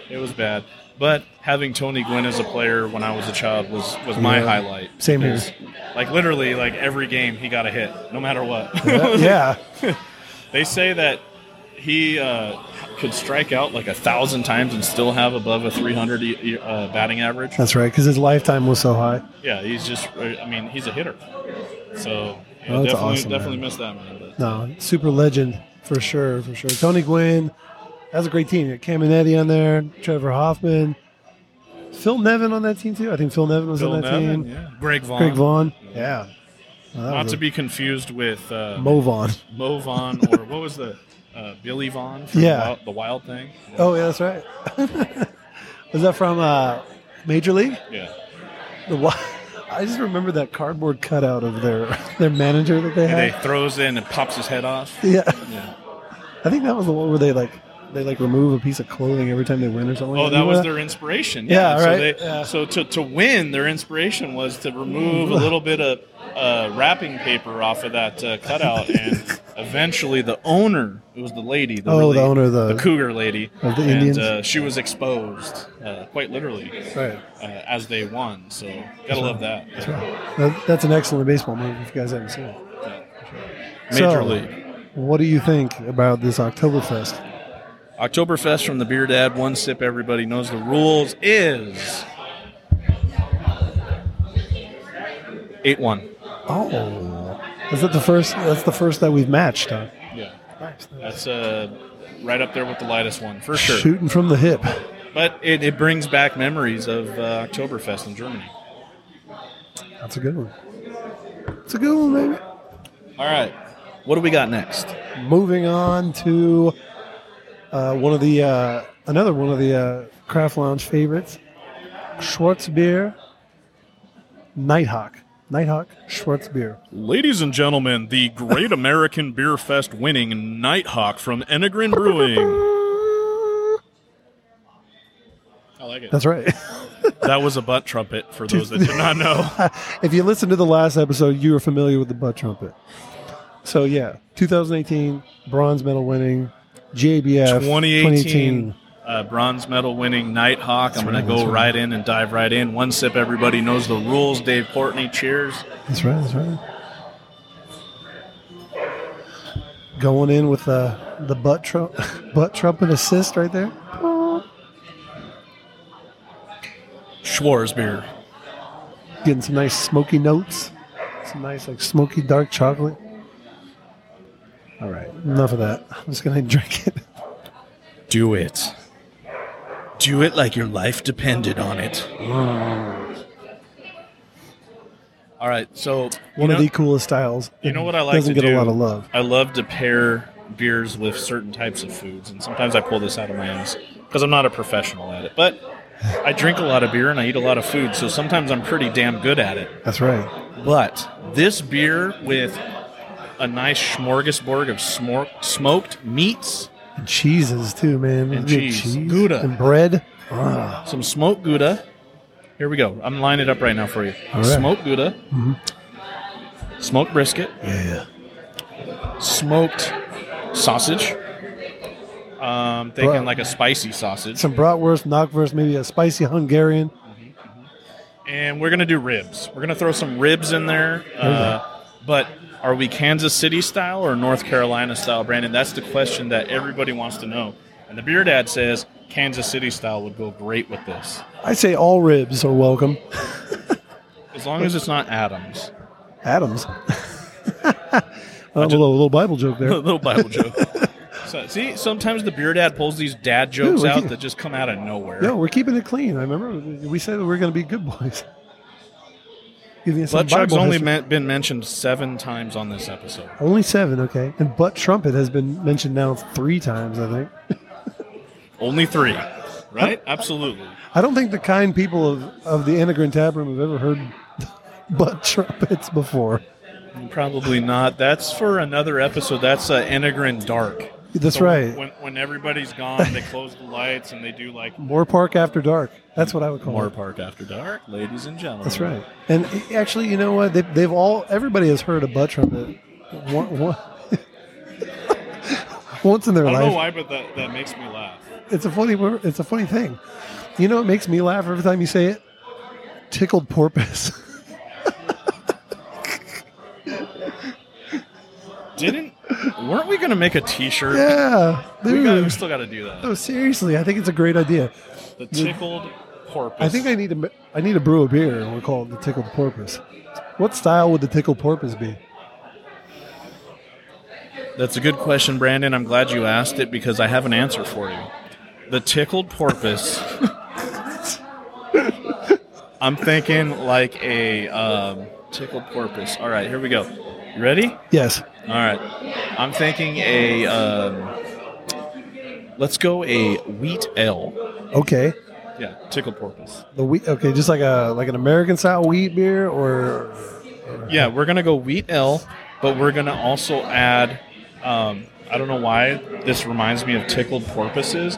S2: It was bad. But having Tony Gwynn as a player when I was a child was, was my
S3: Yeah.
S2: highlight.
S3: Same here.
S2: Because, Like literally, like every game he got a hit, no matter what.
S3: yeah,
S2: they say that he uh, could strike out like a thousand times and still have above a 300 e- uh, batting average.
S3: that's right. Because his lifetime was so high.
S2: Yeah, he's just. uh, I mean, he's a hitter. So yeah,
S3: Oh,
S2: definitely,
S3: that's awesome,
S2: definitely
S3: man.
S2: missed that man. But
S3: No, super legend for sure, for sure. Tony Gwynn, that's a great team. You got Caminetti on there, Trevor Hoffman, Phil Nevin on that team too. I think Phil Nevin was
S2: Bill
S3: on that
S2: Nevin,
S3: team.
S2: yeah. Greg Vaughn,
S3: Craig Vaughn, yeah. Well, that
S2: not
S3: was
S2: to
S3: a-
S2: be confused with uh, Mo,
S3: Mo Vaughn.
S2: Vaughn or what was the uh, Billy Vaughn? From
S3: Yeah.
S2: the Wild, the Wild Thing.
S3: Oh yeah, that's right. was that from uh, Major League?
S2: Yeah,
S3: The Wi- I just remember that cardboard cutout of their their manager that they
S2: and
S3: had.
S2: he throws in and pops his head off.
S3: yeah.
S2: Yeah.
S3: I think that was the one where they like they like remove a piece of clothing every time they win or something.
S2: Oh,
S3: like
S2: that was
S3: You know
S2: their inspiration.
S3: Yeah,
S2: so
S3: right,
S2: They,
S3: yeah.
S2: So to, to win, their inspiration was to remove a little bit of uh, wrapping paper off of that uh, cutout, and eventually the owner, it was the lady, the
S3: Oh,
S2: really-
S3: the owner of the-
S2: cougar lady,
S3: of the
S2: and,
S3: Indians?
S2: uh, she was exposed uh, quite literally
S3: Right.
S2: uh, as they won. So gotta love that.
S3: That's right. That- that's an excellent baseball movie if you guys haven't seen it.
S2: Major
S3: So,
S2: league.
S3: What do you think about this Oktoberfest?
S2: Oktoberfest from the Beer Dad, one sip, everybody knows the rules, is 8 1.
S3: Oh, is that the first? That's the first that we've matched. Huh?
S2: Yeah. That's uh, right up there with the lightest one for sure.
S3: Shooting from the hip.
S2: But it, it brings back memories of uh, Oktoberfest in Germany.
S3: That's a good one. It's a good one, baby.
S2: All right. What do we got next?
S3: Moving on to uh, one of the uh, another one of the uh, craft lounge favorites, Schwarzbier Nighthawk. Nighthawk Schwarzbier.
S2: Ladies and gentlemen, the Great American Beer Fest winning Nighthawk from Enegrin Brewing. I like it.
S3: That's right.
S2: That was a butt trumpet for those that did not know.
S3: if you listen to the last episode, you were familiar with the butt trumpet. So yeah, 2018 bronze medal winning JBF
S2: 2018 uh, bronze medal winning Nighthawk. I'm going
S3: right,
S2: to go
S3: that's right.
S2: right in and dive right in. One sip, everybody knows the rules. Dave Courtney, cheers.
S3: That's right. That's right. Going in with the the butt trump butt trumpet assist right there.
S2: Schwarz beer.
S3: Getting some nice smoky notes. Some nice like smoky dark chocolate. All right, enough of that. I'm just gonna drink it.
S2: Do it. Do it like your life depended on it. All right, so
S3: One
S2: you
S3: of
S2: know-
S3: the coolest styles.
S2: You know what I like
S3: Doesn't
S2: to
S3: get
S2: do?
S3: a lot of love.
S2: I love to pair beers with certain types of foods, and sometimes I pull this out of my ass because I'm not a professional at it. But I drink a lot of beer and I eat a lot of food, so sometimes I'm pretty damn good at it.
S3: That's right.
S2: But this beer with a nice smorgasbord of smor- smoked meats,
S3: And cheeses too, man.
S2: And
S3: Yeah,
S2: cheese. Gouda.
S3: and bread. Ah,
S2: some smoked gouda. Here we go. I'm lining it up right now for you.
S3: All right. Mm-hmm.
S2: Smoked gouda, smoked brisket,
S3: yeah.
S2: smoked sausage. Um, thinking
S3: Bro.
S2: like a spicy sausage.
S3: Some bratwurst, knockwurst, maybe a spicy Hungarian.
S2: and we're gonna do ribs. We're gonna throw some ribs in there. Uh, but are we Kansas City style or North Carolina style, Brandon? That's the question that everybody wants to know. And the beer dad says Kansas City style would go great with this,
S3: I say all ribs are welcome.
S2: as long as it's not Adams.
S3: Adams. a little, little Bible joke
S2: A
S3: there.
S2: little Bible joke. So, see, sometimes the beer dad pulls these dad jokes
S3: we
S2: out
S3: can-
S2: that just come out of nowhere.
S3: No, we're keeping it clean. I remember we said we were going to be good boys. Give you some
S2: Butt chug's
S3: Bible
S2: only
S3: history.
S2: men- been mentioned seven times on this episode.
S3: Only seven, okay. And butt trumpet has been mentioned now three times, I think.
S2: Only three, right? Absolutely.
S3: I don't think the kind people of, of the Enneagram Tap Room have ever heard butt trumpets before.
S2: Probably not. That's for another episode. That's uh, Enegrin Dark.
S3: That's
S2: So
S3: right.
S2: When, when everybody's gone, they close the lights and they do like
S3: Moore Park after dark. That's what I would call
S2: more
S3: it.
S2: Park After Dark, ladies and gentlemen.
S3: That's right. And i- actually, you know what? They, they've all everybody has heard a butt trumpet one, one, once in their
S2: I don't
S3: life.
S2: know why, but that, that makes me laugh.
S3: It's a funny word. It's a funny thing. You know what makes me laugh every time you say it? Tickled porpoise.
S2: Didn't? Weren't we going to make a T-shirt?
S3: yeah,
S2: We,
S3: dude.
S2: gotta, we still got to do that.
S3: no, seriously, I think it's a great idea.
S2: The tickled porpoise.
S3: I think I need to. ma- I need to brew a beer and we call it the tickled porpoise. What style would the tickled porpoise be?
S2: that's a good question, Brandon. I'm glad you asked it because I have an answer for you. The tickled porpoise. I'm thinking like a um, tickled porpoise. All right, here we go. You ready?
S3: Yes.
S2: All right. I'm thinking a. Um, let's go a wheat ale.
S3: Okay.
S2: Yeah, tickled porpoise.
S3: The wheat. Okay, just like a like an American style wheat beer or
S2: Yeah, we're gonna go wheat ale, but we're gonna also add. Um, I don't know why this reminds me of tickled porpoises,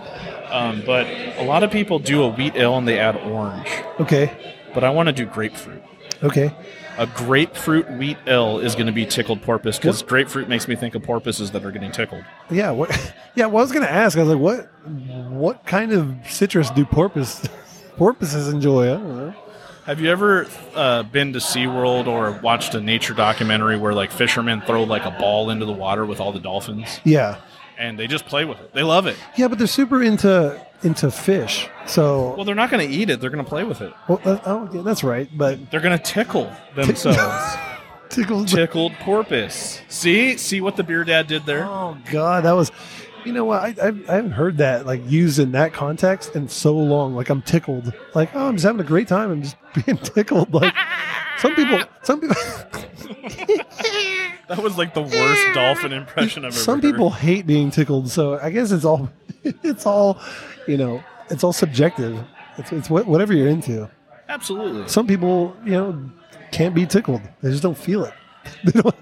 S2: um, but a lot of people do a wheat ale and they add orange.
S3: okay,
S2: But I want to do grapefruit.
S3: okay.
S2: A grapefruit wheat ale is going to be tickled porpoise because grapefruit makes me think of porpoises that are getting tickled.
S3: Yeah, what? Yeah, well, I was gonna ask. I was like, what? What kind of citrus do porpoise porpoises enjoy? I don't know.
S2: Have you ever uh, been to SeaWorld or watched a nature documentary where like fishermen throw like a ball into the water with all the dolphins
S3: Yeah,
S2: and they just play with it? They love it.
S3: yeah, but they're super into into fish. So,
S2: Well, they're not going to eat it. They're going to play with it.
S3: well, that- oh, yeah, that's right. But
S2: They're going to tickle themselves.
S3: tickles.
S2: Tickled porpoise. See? See what the beer dad did there?
S3: Oh God, that was. You know what? I, I, I haven't heard that like used in that context in so long. Like I'm tickled. Like oh, I'm just having a great time. I'm just being tickled. Like some people, some people.
S2: That was like the worst dolphin impression I've ever.
S3: Some
S2: heard.
S3: people hate being tickled, so I guess it's all it's all you know it's all subjective. It's, it's what, whatever you're into.
S2: absolutely.
S3: Some people you know can't be tickled; they just don't feel it. They don't,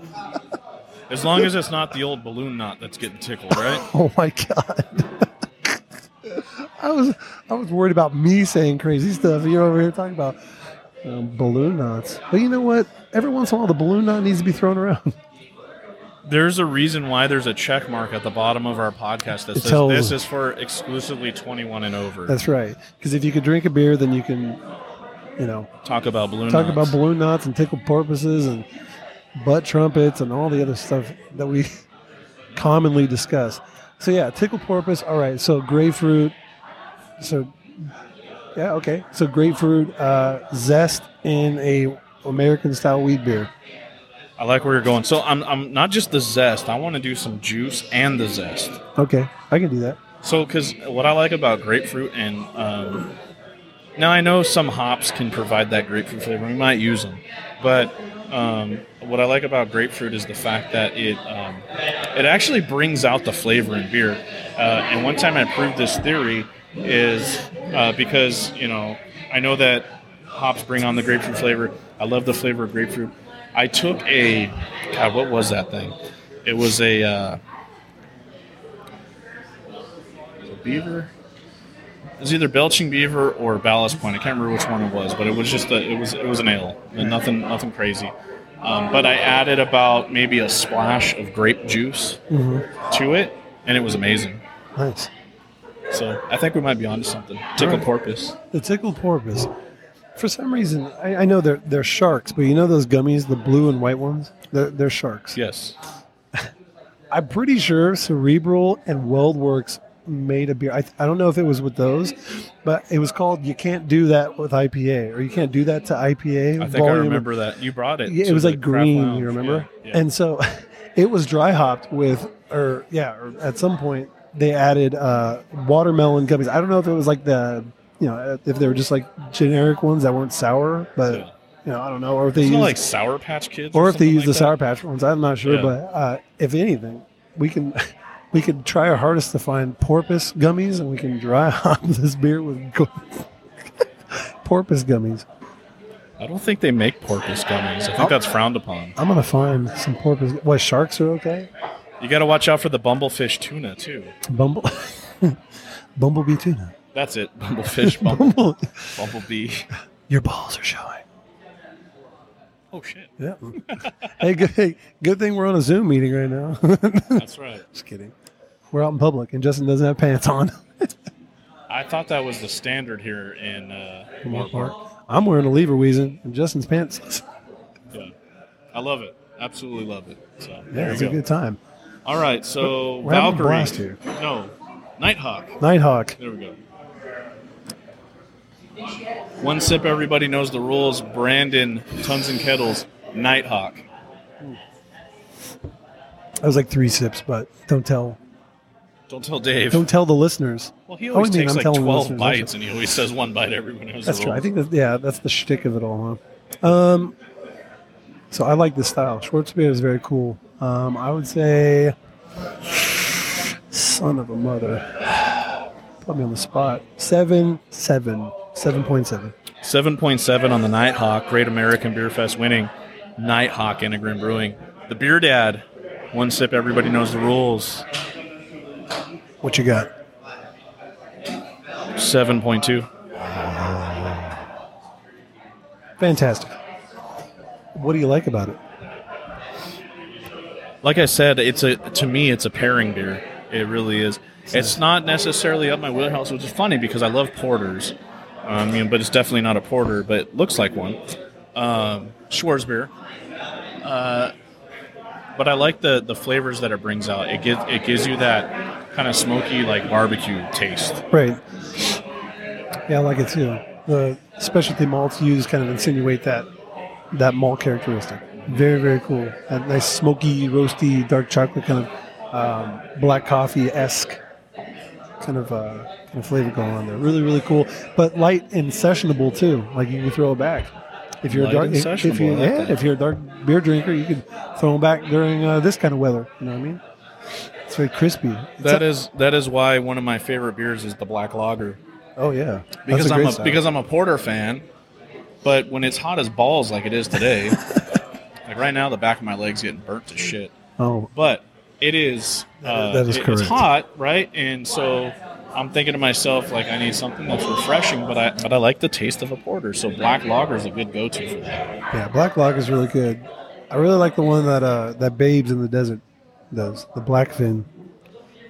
S2: As long as it's not the old balloon knot that's getting tickled, right?
S3: oh my god! I was I was worried about me saying crazy stuff. You're over here talking about um, balloon knots, but you know what? Every once in a while, the balloon knot needs to be thrown around.
S2: There's a reason why there's a check mark at the bottom of our podcast that
S3: It
S2: says
S3: tells-
S2: this is for exclusively 21 and over.
S3: That's right. Because if you could drink a beer, then you can, you know,
S2: Talk about balloon.
S3: talk
S2: knots.
S3: about balloon knots and tickled porpoises and butt trumpets and all the other stuff that we commonly discuss. So yeah, tickled porpoise. All right. So grapefruit. So yeah, okay. So grapefruit uh, zest in a American style wheat beer.
S2: I like where you're going. So I'm, I'm not just the zest. I want to do some juice and the zest.
S3: Okay, I can do that.
S2: So, because what I like about grapefruit and um, now I know some hops can provide that grapefruit flavor. We might use them, but um, what I like about grapefruit is the fact that it um, it actually brings out the flavor in beer. Uh, and one time I proved this theory is uh, because you know I know that hops bring on the grapefruit flavor. I love the flavor of grapefruit. I took a God, what was that thing? It was a uh, beaver. It was either belching beaver or ballast point. I can't remember which one it was, but it was just a, it was it was an ale, and nothing nothing crazy. Um, but I added about maybe a splash of grape juice
S3: Mm-hmm.
S2: to it, and it was amazing.
S3: Nice.
S2: So I think we might be onto something. Tickle porpoise.
S3: The tickled porpoise. For some reason, I, I know they're they're sharks, but you know those gummies, the blue and white ones. They're, they're sharks.
S2: Yes.
S3: I'm pretty sure Cerebral and Weldworks made a beer. I, I don't know if it was with those, but it was called "You Can't Do That with IPA" or "You Can't Do That to IPA."
S2: I think I
S3: Volume-
S2: remember that you brought it.
S3: Yeah, it
S2: to
S3: was
S2: the
S3: like
S2: craft
S3: green.
S2: lounge.
S3: You remember?
S2: Yeah, yeah.
S3: And so, it was dry hopped with, or yeah, or at some point they added uh, watermelon gummies. I don't know if it was like the, you know, if they were just like generic ones that weren't sour, but
S2: Yeah.
S3: you know, I don't know, or if they
S2: Isn't it
S3: used
S2: like Sour Patch Kids,
S3: or if they
S2: something
S3: use
S2: like
S3: the
S2: that?
S3: sour patch ones. I'm not sure,
S2: Yeah.
S3: but uh, if anything, we can we can try our hardest to find porpoise gummies, and we can dry hop this beer with go- porpoise gummies.
S2: I don't think they make porpoise gummies. I think
S3: Oh.
S2: that's frowned upon.
S3: I'm gonna find some porpoise. What sharks are okay?
S2: You got to watch out for the bumblefish tuna too.
S3: Bumble, bumblebee tuna.
S2: That's it. Bumblefish, bumble,
S3: Bumble,
S2: bumblebee.
S3: your balls are showing.
S2: Oh shit!
S3: Yeah. hey, good, hey, good thing we're on a Zoom meeting right now.
S2: That's right.
S3: Just kidding. We're out in public, and Justin doesn't have pants on.
S2: I thought that was the standard here in uh, Moore Park.
S3: I'm wearing a lever weasel, and Justin's pants.
S2: Yeah. I love it. Absolutely love it. So
S3: Yeah,
S2: there
S3: it's
S2: you
S3: a
S2: go.
S3: good time.
S2: All right. So
S3: We're having a
S2: Valkyrie.
S3: blast here.
S2: No, Nighthawk.
S3: Nighthawk.
S2: There we go. One sip, everybody knows the rules. Brandon, tons and kettles, Nighthawk.
S3: I was like three sips, but don't tell.
S2: Don't tell Dave.
S3: Don't tell the listeners.
S2: Well, he
S3: Oh,
S2: always
S3: I mean,
S2: takes
S3: I'm
S2: like
S3: telling the
S2: 12
S3: listeners,
S2: bites,
S3: that's-
S2: and he always says one bite. Everyone knows
S3: That's
S2: the
S3: true.
S2: rules.
S3: I think that yeah, that's the shtick of it all, huh? Um, so I like the style. Schwarzbier is very cool. Um, I would say, son of a mother, put me on the spot. Seven, seven, seven point seven.
S2: 7.7 on the Nighthawk, Great American Beer Fest winning Nighthawk Integrin Brewing. The Beer Dad, one sip, everybody knows the rules,
S3: What you got?
S2: 7.2.
S3: Fantastic. What do you like about it?
S2: Like I said, it's a to me, it's a pairing beer. It really is. It's not necessarily up my wheelhouse, which is funny because I love porters. Um, you know, but it's definitely not a porter, but it looks like one. Um, Schwarzbier. Uh, but I like the, the flavors that it brings out. It gives it gives you that kind of smoky like barbecue taste.
S3: Right. Yeah, I like it too. The specialty malts used kind of insinuate that that malt characteristic. Very, very cool. That nice smoky, roasty, dark chocolate kind of um, black coffee esque kind of uh, kind of flavor going on there. Really, really cool, but light and sessionable too. Like you can throw it back. If you're
S2: Light
S3: a dark,
S2: and
S3: if, if you
S2: sessionable, I like
S3: yeah,
S2: that.
S3: if you're a dark beer drinker, you can throw them back during uh, this kind of weather. You know what I mean? It's very crispy. It's
S2: That
S3: a-
S2: is that is why one of my favorite beers is the black lager
S3: Oh yeah, That's
S2: because I'm
S3: great
S2: a,
S3: style.
S2: because I'm a porter fan. But when it's hot as balls like it is today, like right now, the back of my legs getting burnt to shit.
S3: oh
S2: But it is uh,
S3: That is
S2: it-
S3: correct.
S2: It's hot, right? And so I'm thinking to myself like I need something that's refreshing, but I but I like the taste of a porter. So black lager is a good go to for that.
S3: yeah, Black Log is really good. I really like the one that uh, that Babes in the Desert does, the Blackfin.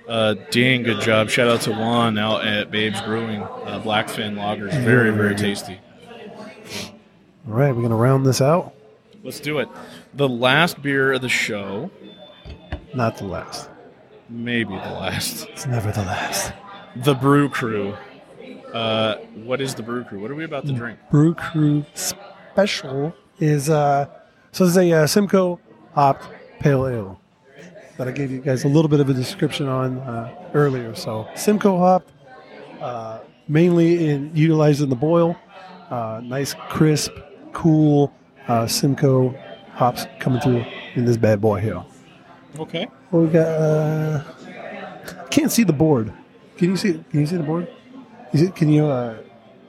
S2: Uh, Dan, good job. Shout out to Juan out at Babe's Brewing. Uh, Blackfin Lager is very
S3: Mm-hmm.
S2: very tasty.
S3: All right, we're gonna round this out.
S2: Let's do it. The last beer of the show,
S3: Not the last.
S2: maybe the last.
S3: It's never the last.
S2: The Brew Crew. Uh, what is the Brew Crew? What are we about to drink?
S3: Brew Crew Special is uh, so it's a uh, Simcoe hopped pale ale that I gave you guys a little bit of a description on uh, earlier. So Simcoe hopped, uh, mainly in utilizing the boil, uh, nice crisp, cool uh, Simcoe hops coming through in this bad boy here.
S2: Okay.
S3: Well, we got. Uh, can't see the board. Can you see? Can you see the board? Is it? Can you? Uh,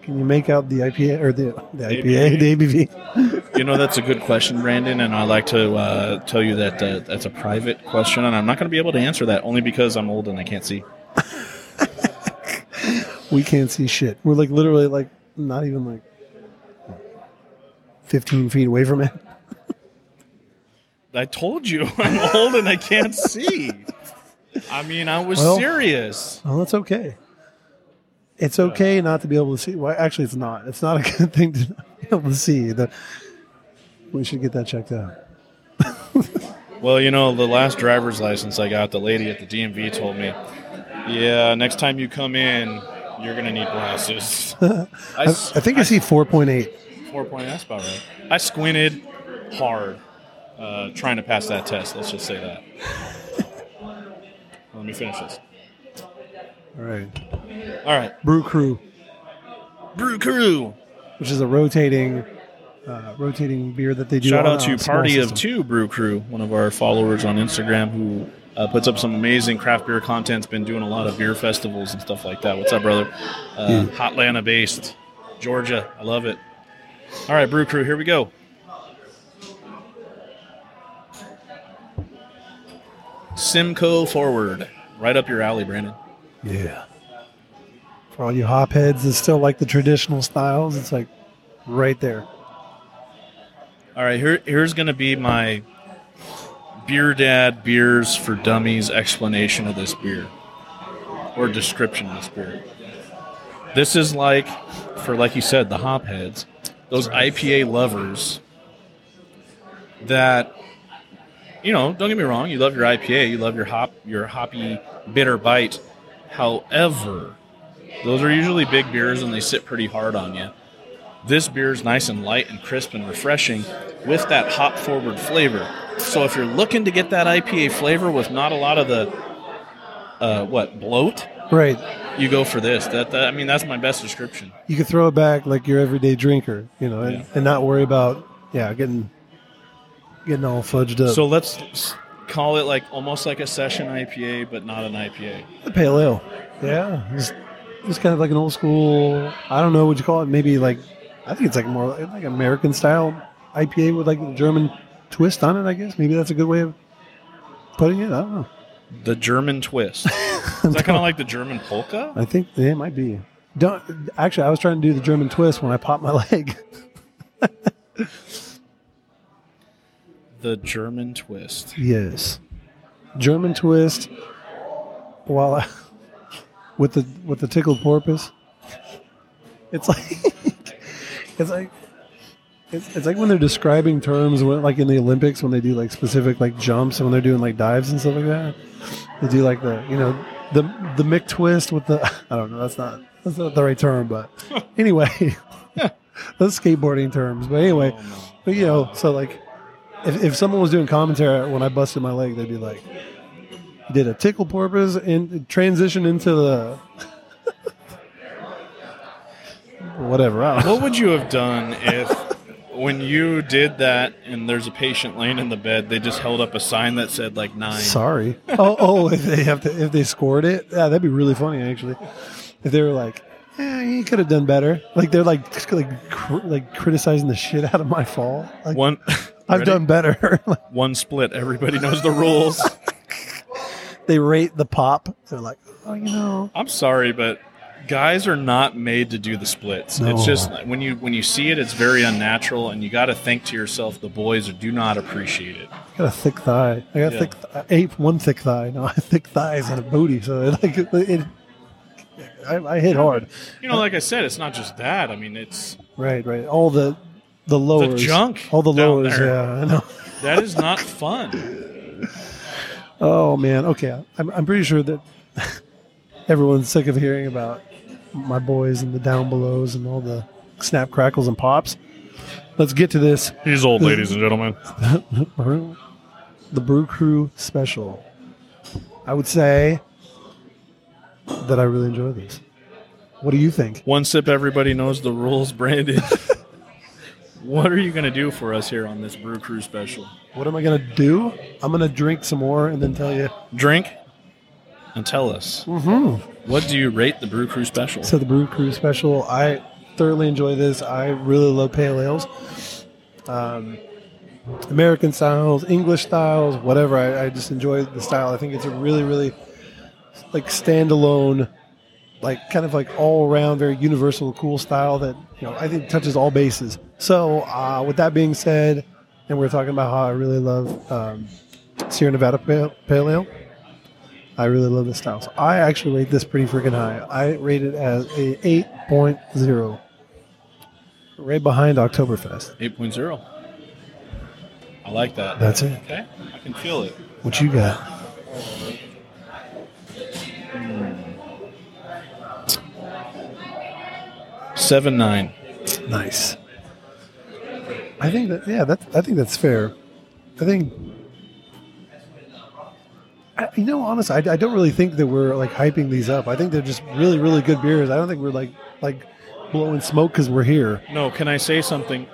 S3: can you make out the IPA or the the IPA the ABV?
S2: You know that's a good question, Brandon, and I like to uh, tell you that uh, that's a private question, and I'm not going to be able to answer that only because I'm old and I can't see.
S3: We can't see shit. We're like literally like not even like fifteen feet away from it.
S2: I told you I'm old and I can't see. I mean, I was
S3: Well-
S2: serious.
S3: Well, Oh, that's okay. It's okay not to be able to see. Well, actually, it's not. It's not a good thing to not be able to see. The, we should get that checked out.
S2: Well, you know, the last driver's license I got, the lady at the DMV told me, "Yeah, next time you come in, you're going to need glasses." I,
S3: I, I think I see four point eight.
S2: four point. That's about right. I squinted hard uh, trying to pass that test. Let's just say that. Let me finish this.
S3: All right,
S2: All right,
S3: Brew Crew.
S2: Brew Crew.
S3: which is a rotating uh, rotating beer that they do.
S2: Shout
S3: on
S2: out
S3: a
S2: to
S3: small
S2: Party of
S3: system.
S2: Two Brew Crew, one of our followers on Instagram who uh, puts up some amazing craft beer content. Been doing a lot of beer festivals and stuff like that. What's up, brother? Uh, Hotlanta based, Georgia. I love it. All right, Brew Crew, here we go. Simcoe forward, right up your alley, Brandon.
S3: Yeah. For all you hop heads that still like the traditional styles, it's like right there.
S2: All right, here, here's going to be my beer dad beers for dummies explanation of this beer or description of this beer. This is like, for like you said, the hop heads, those IPA lovers that, you know, don't get me wrong, you love your IPA, you love your hop, your hoppy bitter bite. However, those are usually big beers and they sit pretty hard on you. This beer is nice and light and crisp and refreshing with that hop forward flavor. So if you're looking to get that IPA flavor with not a lot of the uh, what bloat,
S3: Right.
S2: you go for this. That, that I mean, that's my best description.
S3: You could throw it back like your everyday drinker, you know, and,
S2: Yeah.
S3: and not worry about yeah getting getting all fudged up.
S2: So let's s- call it like almost like a session IPA, but not an IPA.
S3: the pale ale. Yeah. It's, it's kind of like an old school. I don't know what you call it. Maybe like I think it's like more like, like American style IPA with like a German twist on it. I guess maybe that's a good way of putting it. I don't know.
S2: The German twist. Is that kind of like the German polka?
S3: I think yeah, it might be. Don't actually. I was trying to do the German twist when I popped my leg.
S2: The German twist.
S3: yes, German twist. While I, with the with the tickled porpoise, it's like it's like. It's, it's like when they're describing terms, when, like in the Olympics, when they do like specific like jumps and when they're doing like dives and stuff like that. They do like the you know the the Mick twist with the I don't know that's not that's not the right term, but anyway, those skateboarding terms. But anyway, but you know, so like if, if someone was doing commentary when I busted my leg, they'd be like, did a tickle porpoise and transition into the whatever. I don't know.
S2: What would you have done if when you did that, and there's a patient laying in the bed, they just held up a sign that said like nine.
S3: Sorry. Oh, oh, if they have to, if they scored it, yeah, that'd be really funny actually. If they were like, eh, you could have done better. Like they're like, like, cr- like criticizing the shit out of my fall. Like
S2: One,
S3: I've
S2: Ready?
S3: done better. Like,
S2: one split. Everybody knows the rules.
S3: they rate the pop. They're like, oh, you know,
S2: I'm sorry, but guys are not made to do the splits.
S3: No.
S2: It's just when you when you see it, it's very unnatural, and you got to think to yourself, the boys do not appreciate it.
S3: I got a thick thigh. I got
S2: Yeah.
S3: thick, th- ape one thick thigh. No, I have thick thighs and a booty. So it, like, it, it- I, I hit hard.
S2: You know, like I said, it's not just that. I mean, it's
S3: Right, right. All the, the lowers,
S2: junk
S3: all the
S2: down
S3: lowers.
S2: there.
S3: Yeah, I know.
S2: that is not fun.
S3: Oh man, okay. I'm, I'm pretty sure that everyone's sick of hearing about my boys and the down belows and all the snap crackles and pops. Let's get to this
S2: He's old, ladies and gentlemen.
S3: brew, the brew crew special. I would say that I really enjoy these. What do you think?
S2: One sip, everybody knows the rules, Brandon. what are you going to do for us here on this Brew Crew special?
S3: What am I gonna do? I'm gonna drink some more and then tell you.
S2: Drink and tell us. Mm-hmm. What do you rate the Brew Crew special?
S3: So the Brew Crew special, I thoroughly enjoy this. I really love pale ales, um, American styles, English styles, whatever. I, I just enjoy the style. I think it's a really, really like standalone, like kind of like all around, very universal, cool style that you know I think touches all bases. So uh, with that being said, and we're talking about how I really love um, Sierra Nevada pale, pale ale. I really love this style. So I actually rate this pretty freaking high. I rate it as a 8.0. Right behind Oktoberfest.
S2: 8.0. I like that.
S3: That's it.
S2: Okay, I can feel it.
S3: What you got?
S2: Seven nine.
S3: Nice. I think that yeah, that I think that's fair. I think I, you know, honestly, I, I don't really think that we're like hyping these up. I think they're just really, really good beers. I don't think we're like like blowing smoke because we're here.
S2: No, can I say something?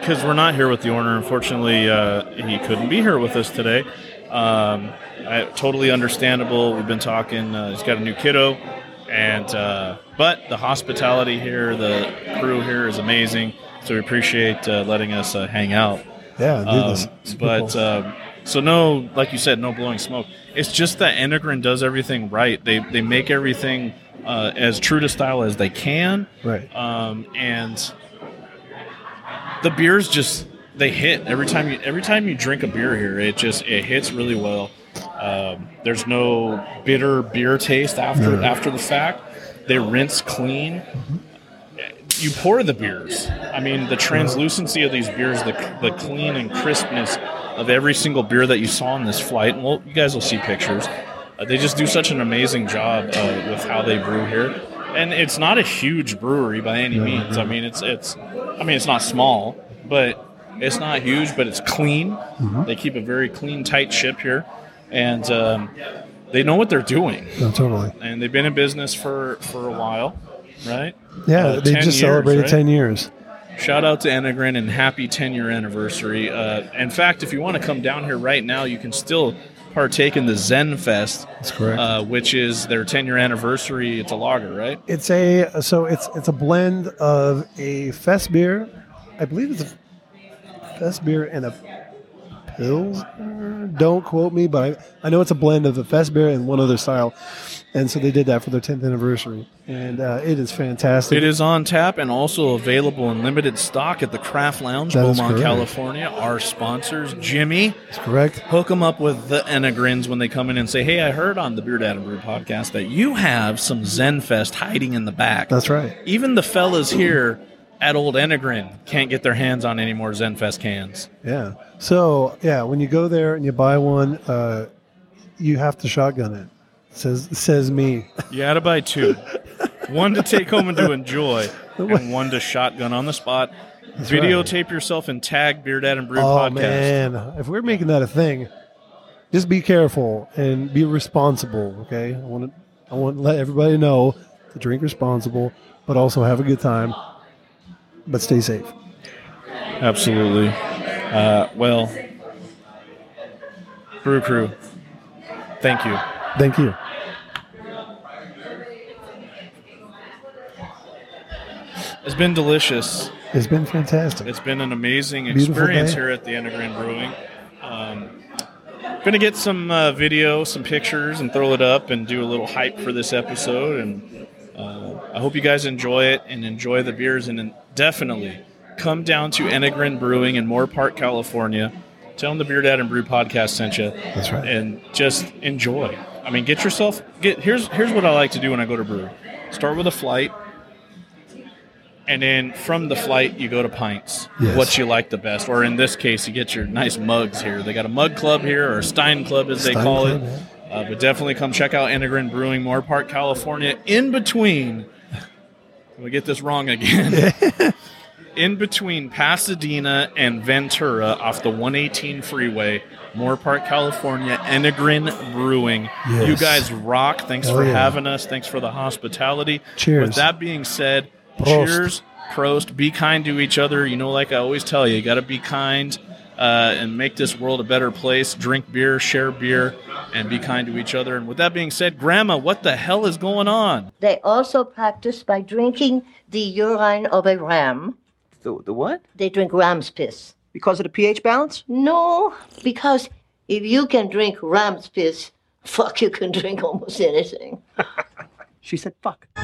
S2: Because we're not here with the owner. Unfortunately, uh, he couldn't be here with us today. Um, I, totally understandable. We've been talking. Uh, he's got a new kiddo, and uh, but the hospitality here, the crew here is amazing. So we appreciate uh, letting us uh, hang out.
S3: Yeah, dude,
S2: Um,
S3: this- this is
S2: but
S3: cool.
S2: um, so no, like you said, no blowing smoke. It's just that Enegrin does everything right. They they make everything uh, as true to style as they can,
S3: right.
S2: um, and the beers just they hit every time you every time you drink a beer here. It just it hits really well. Um, there's no bitter beer taste after after the fact. They rinse clean you pour the beers. I mean, the translucency of these beers, the, the clean and crispness of every single beer that you saw on this flight. And well, you guys will see pictures. Uh, they just do such an amazing job uh, with how they brew here. And it's not a huge brewery by any means. I mean, it's it's, I mean, it's not small, but it's not huge, but it's clean.
S3: Mm-hmm.
S2: They keep a very clean, tight ship here, and um, they know what they're doing.
S3: No, totally.
S2: And they've been in business for for a while, right?
S3: Yeah,
S2: Uh,
S3: they
S2: 10
S3: just
S2: years,
S3: celebrated
S2: right?
S3: ten years.
S2: Shout out to Enegrin and happy 10 year anniversary. Uh, in fact, if you want to come down here right now, you can still partake in the Zen Fest,
S3: That's correct.
S2: uh, which is their 10 year anniversary. It's a lager, right?
S3: It's a so it's it's a blend of a fest beer, I believe it's a fest beer and a pills. Don't quote me, but I, I know it's a blend of a fest beer and one other style, and so they did that for their 10th anniversary, and uh, it is fantastic.
S2: It is on tap and also available in limited stock at the Craft Lounge,
S3: That is
S2: Beaumont,
S3: correct.
S2: California. Our sponsors, Jimmy.
S3: That's correct.
S2: Hook them up with the Enegrins when they come in and say, Hey, I heard on the Beard Adam Brew podcast that you have some Zen Fest hiding in the back.
S3: That's right.
S2: Even the fellas here at Old Enegrin can't get their hands on any more Zenfest cans.
S3: Yeah. So yeah, when you go there and you buy one, uh, you have to shotgun it. Says says me.
S2: You had to buy two. one to take home and to enjoy, and one to shotgun on the spot. Videotape yourself and tag Beard Ad and Brew
S3: Oh
S2: Podcast.
S3: man, if we're making that a thing, just be careful and be responsible. Okay, I want to, I want to let everybody know to drink responsible, but also have a good time, but stay safe.
S2: Absolutely. Uh, well, Brew Crew, thank you.
S3: Thank you.
S2: It's been delicious.
S3: It's been fantastic.
S2: It's been an amazing
S3: Beautiful
S2: experience
S3: day.
S2: here at the Underground Brewing. Um, going to get some uh, video, some pictures, and throw it up and do a little hype for this episode. And uh, I hope you guys enjoy it and enjoy the beers. And then definitely come down to Enegrin Brewing in Moore Park, California. Tell them the Beer Dad and Brew podcast sent you.
S3: That's right.
S2: And just enjoy. I mean, get yourself get here's here's what I like to do when I go to brew. Start with a flight, and then from the flight you go to pints.
S3: Yes.
S2: What you like the best, or in this case, you get your nice mugs here. They got a mug club here, or a Stein club as they
S3: Stein
S2: call
S3: Club,
S2: it. Uh, but definitely come check out Integrin Brewing, Moore Park, California. In between, I'm gonna get this wrong again. in between Pasadena and Ventura, off the 118 freeway, Moore Park, California, Enegrin Brewing.
S3: Yes.
S2: You guys rock! Thanks
S3: Oh,
S2: for
S3: yeah.
S2: having us. Thanks for the hospitality.
S3: Cheers.
S2: With that being said,
S3: Prost.
S2: cheers, prost. Be kind to each other. You know, like I always tell you, you got to be kind uh, and make this world a better place. Drink beer, share beer, and be kind to each other. And with that being said, Grandma, what the hell is going on?
S4: They also practice by drinking the urine of a ram.
S5: The, the what?
S4: They drink ram's piss.
S5: Because of the pH balance?
S4: No, because if you can drink ram's piss, fuck, you can drink almost anything.
S5: She said fuck.
S6: Oh,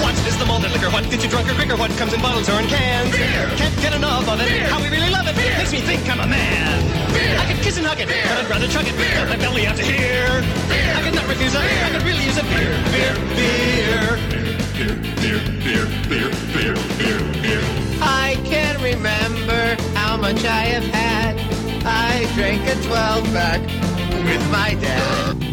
S6: what is the malt and liquor? What gets you drunk or quicker? What comes in bottles or in cans? Beer! Can't get enough of it. How we really love it. Makes me think I'm a man. Beer! I could kiss and hug it, but I'd rather chug it. Beer! my belly out to here. Beer! I could not refuse it. I could really use it. Beer! Beer! Beer!
S1: Beer, beer, beer, beer, beer, beer, beer.
S7: I can't remember how much I have had. I drank a 12 pack with my dad.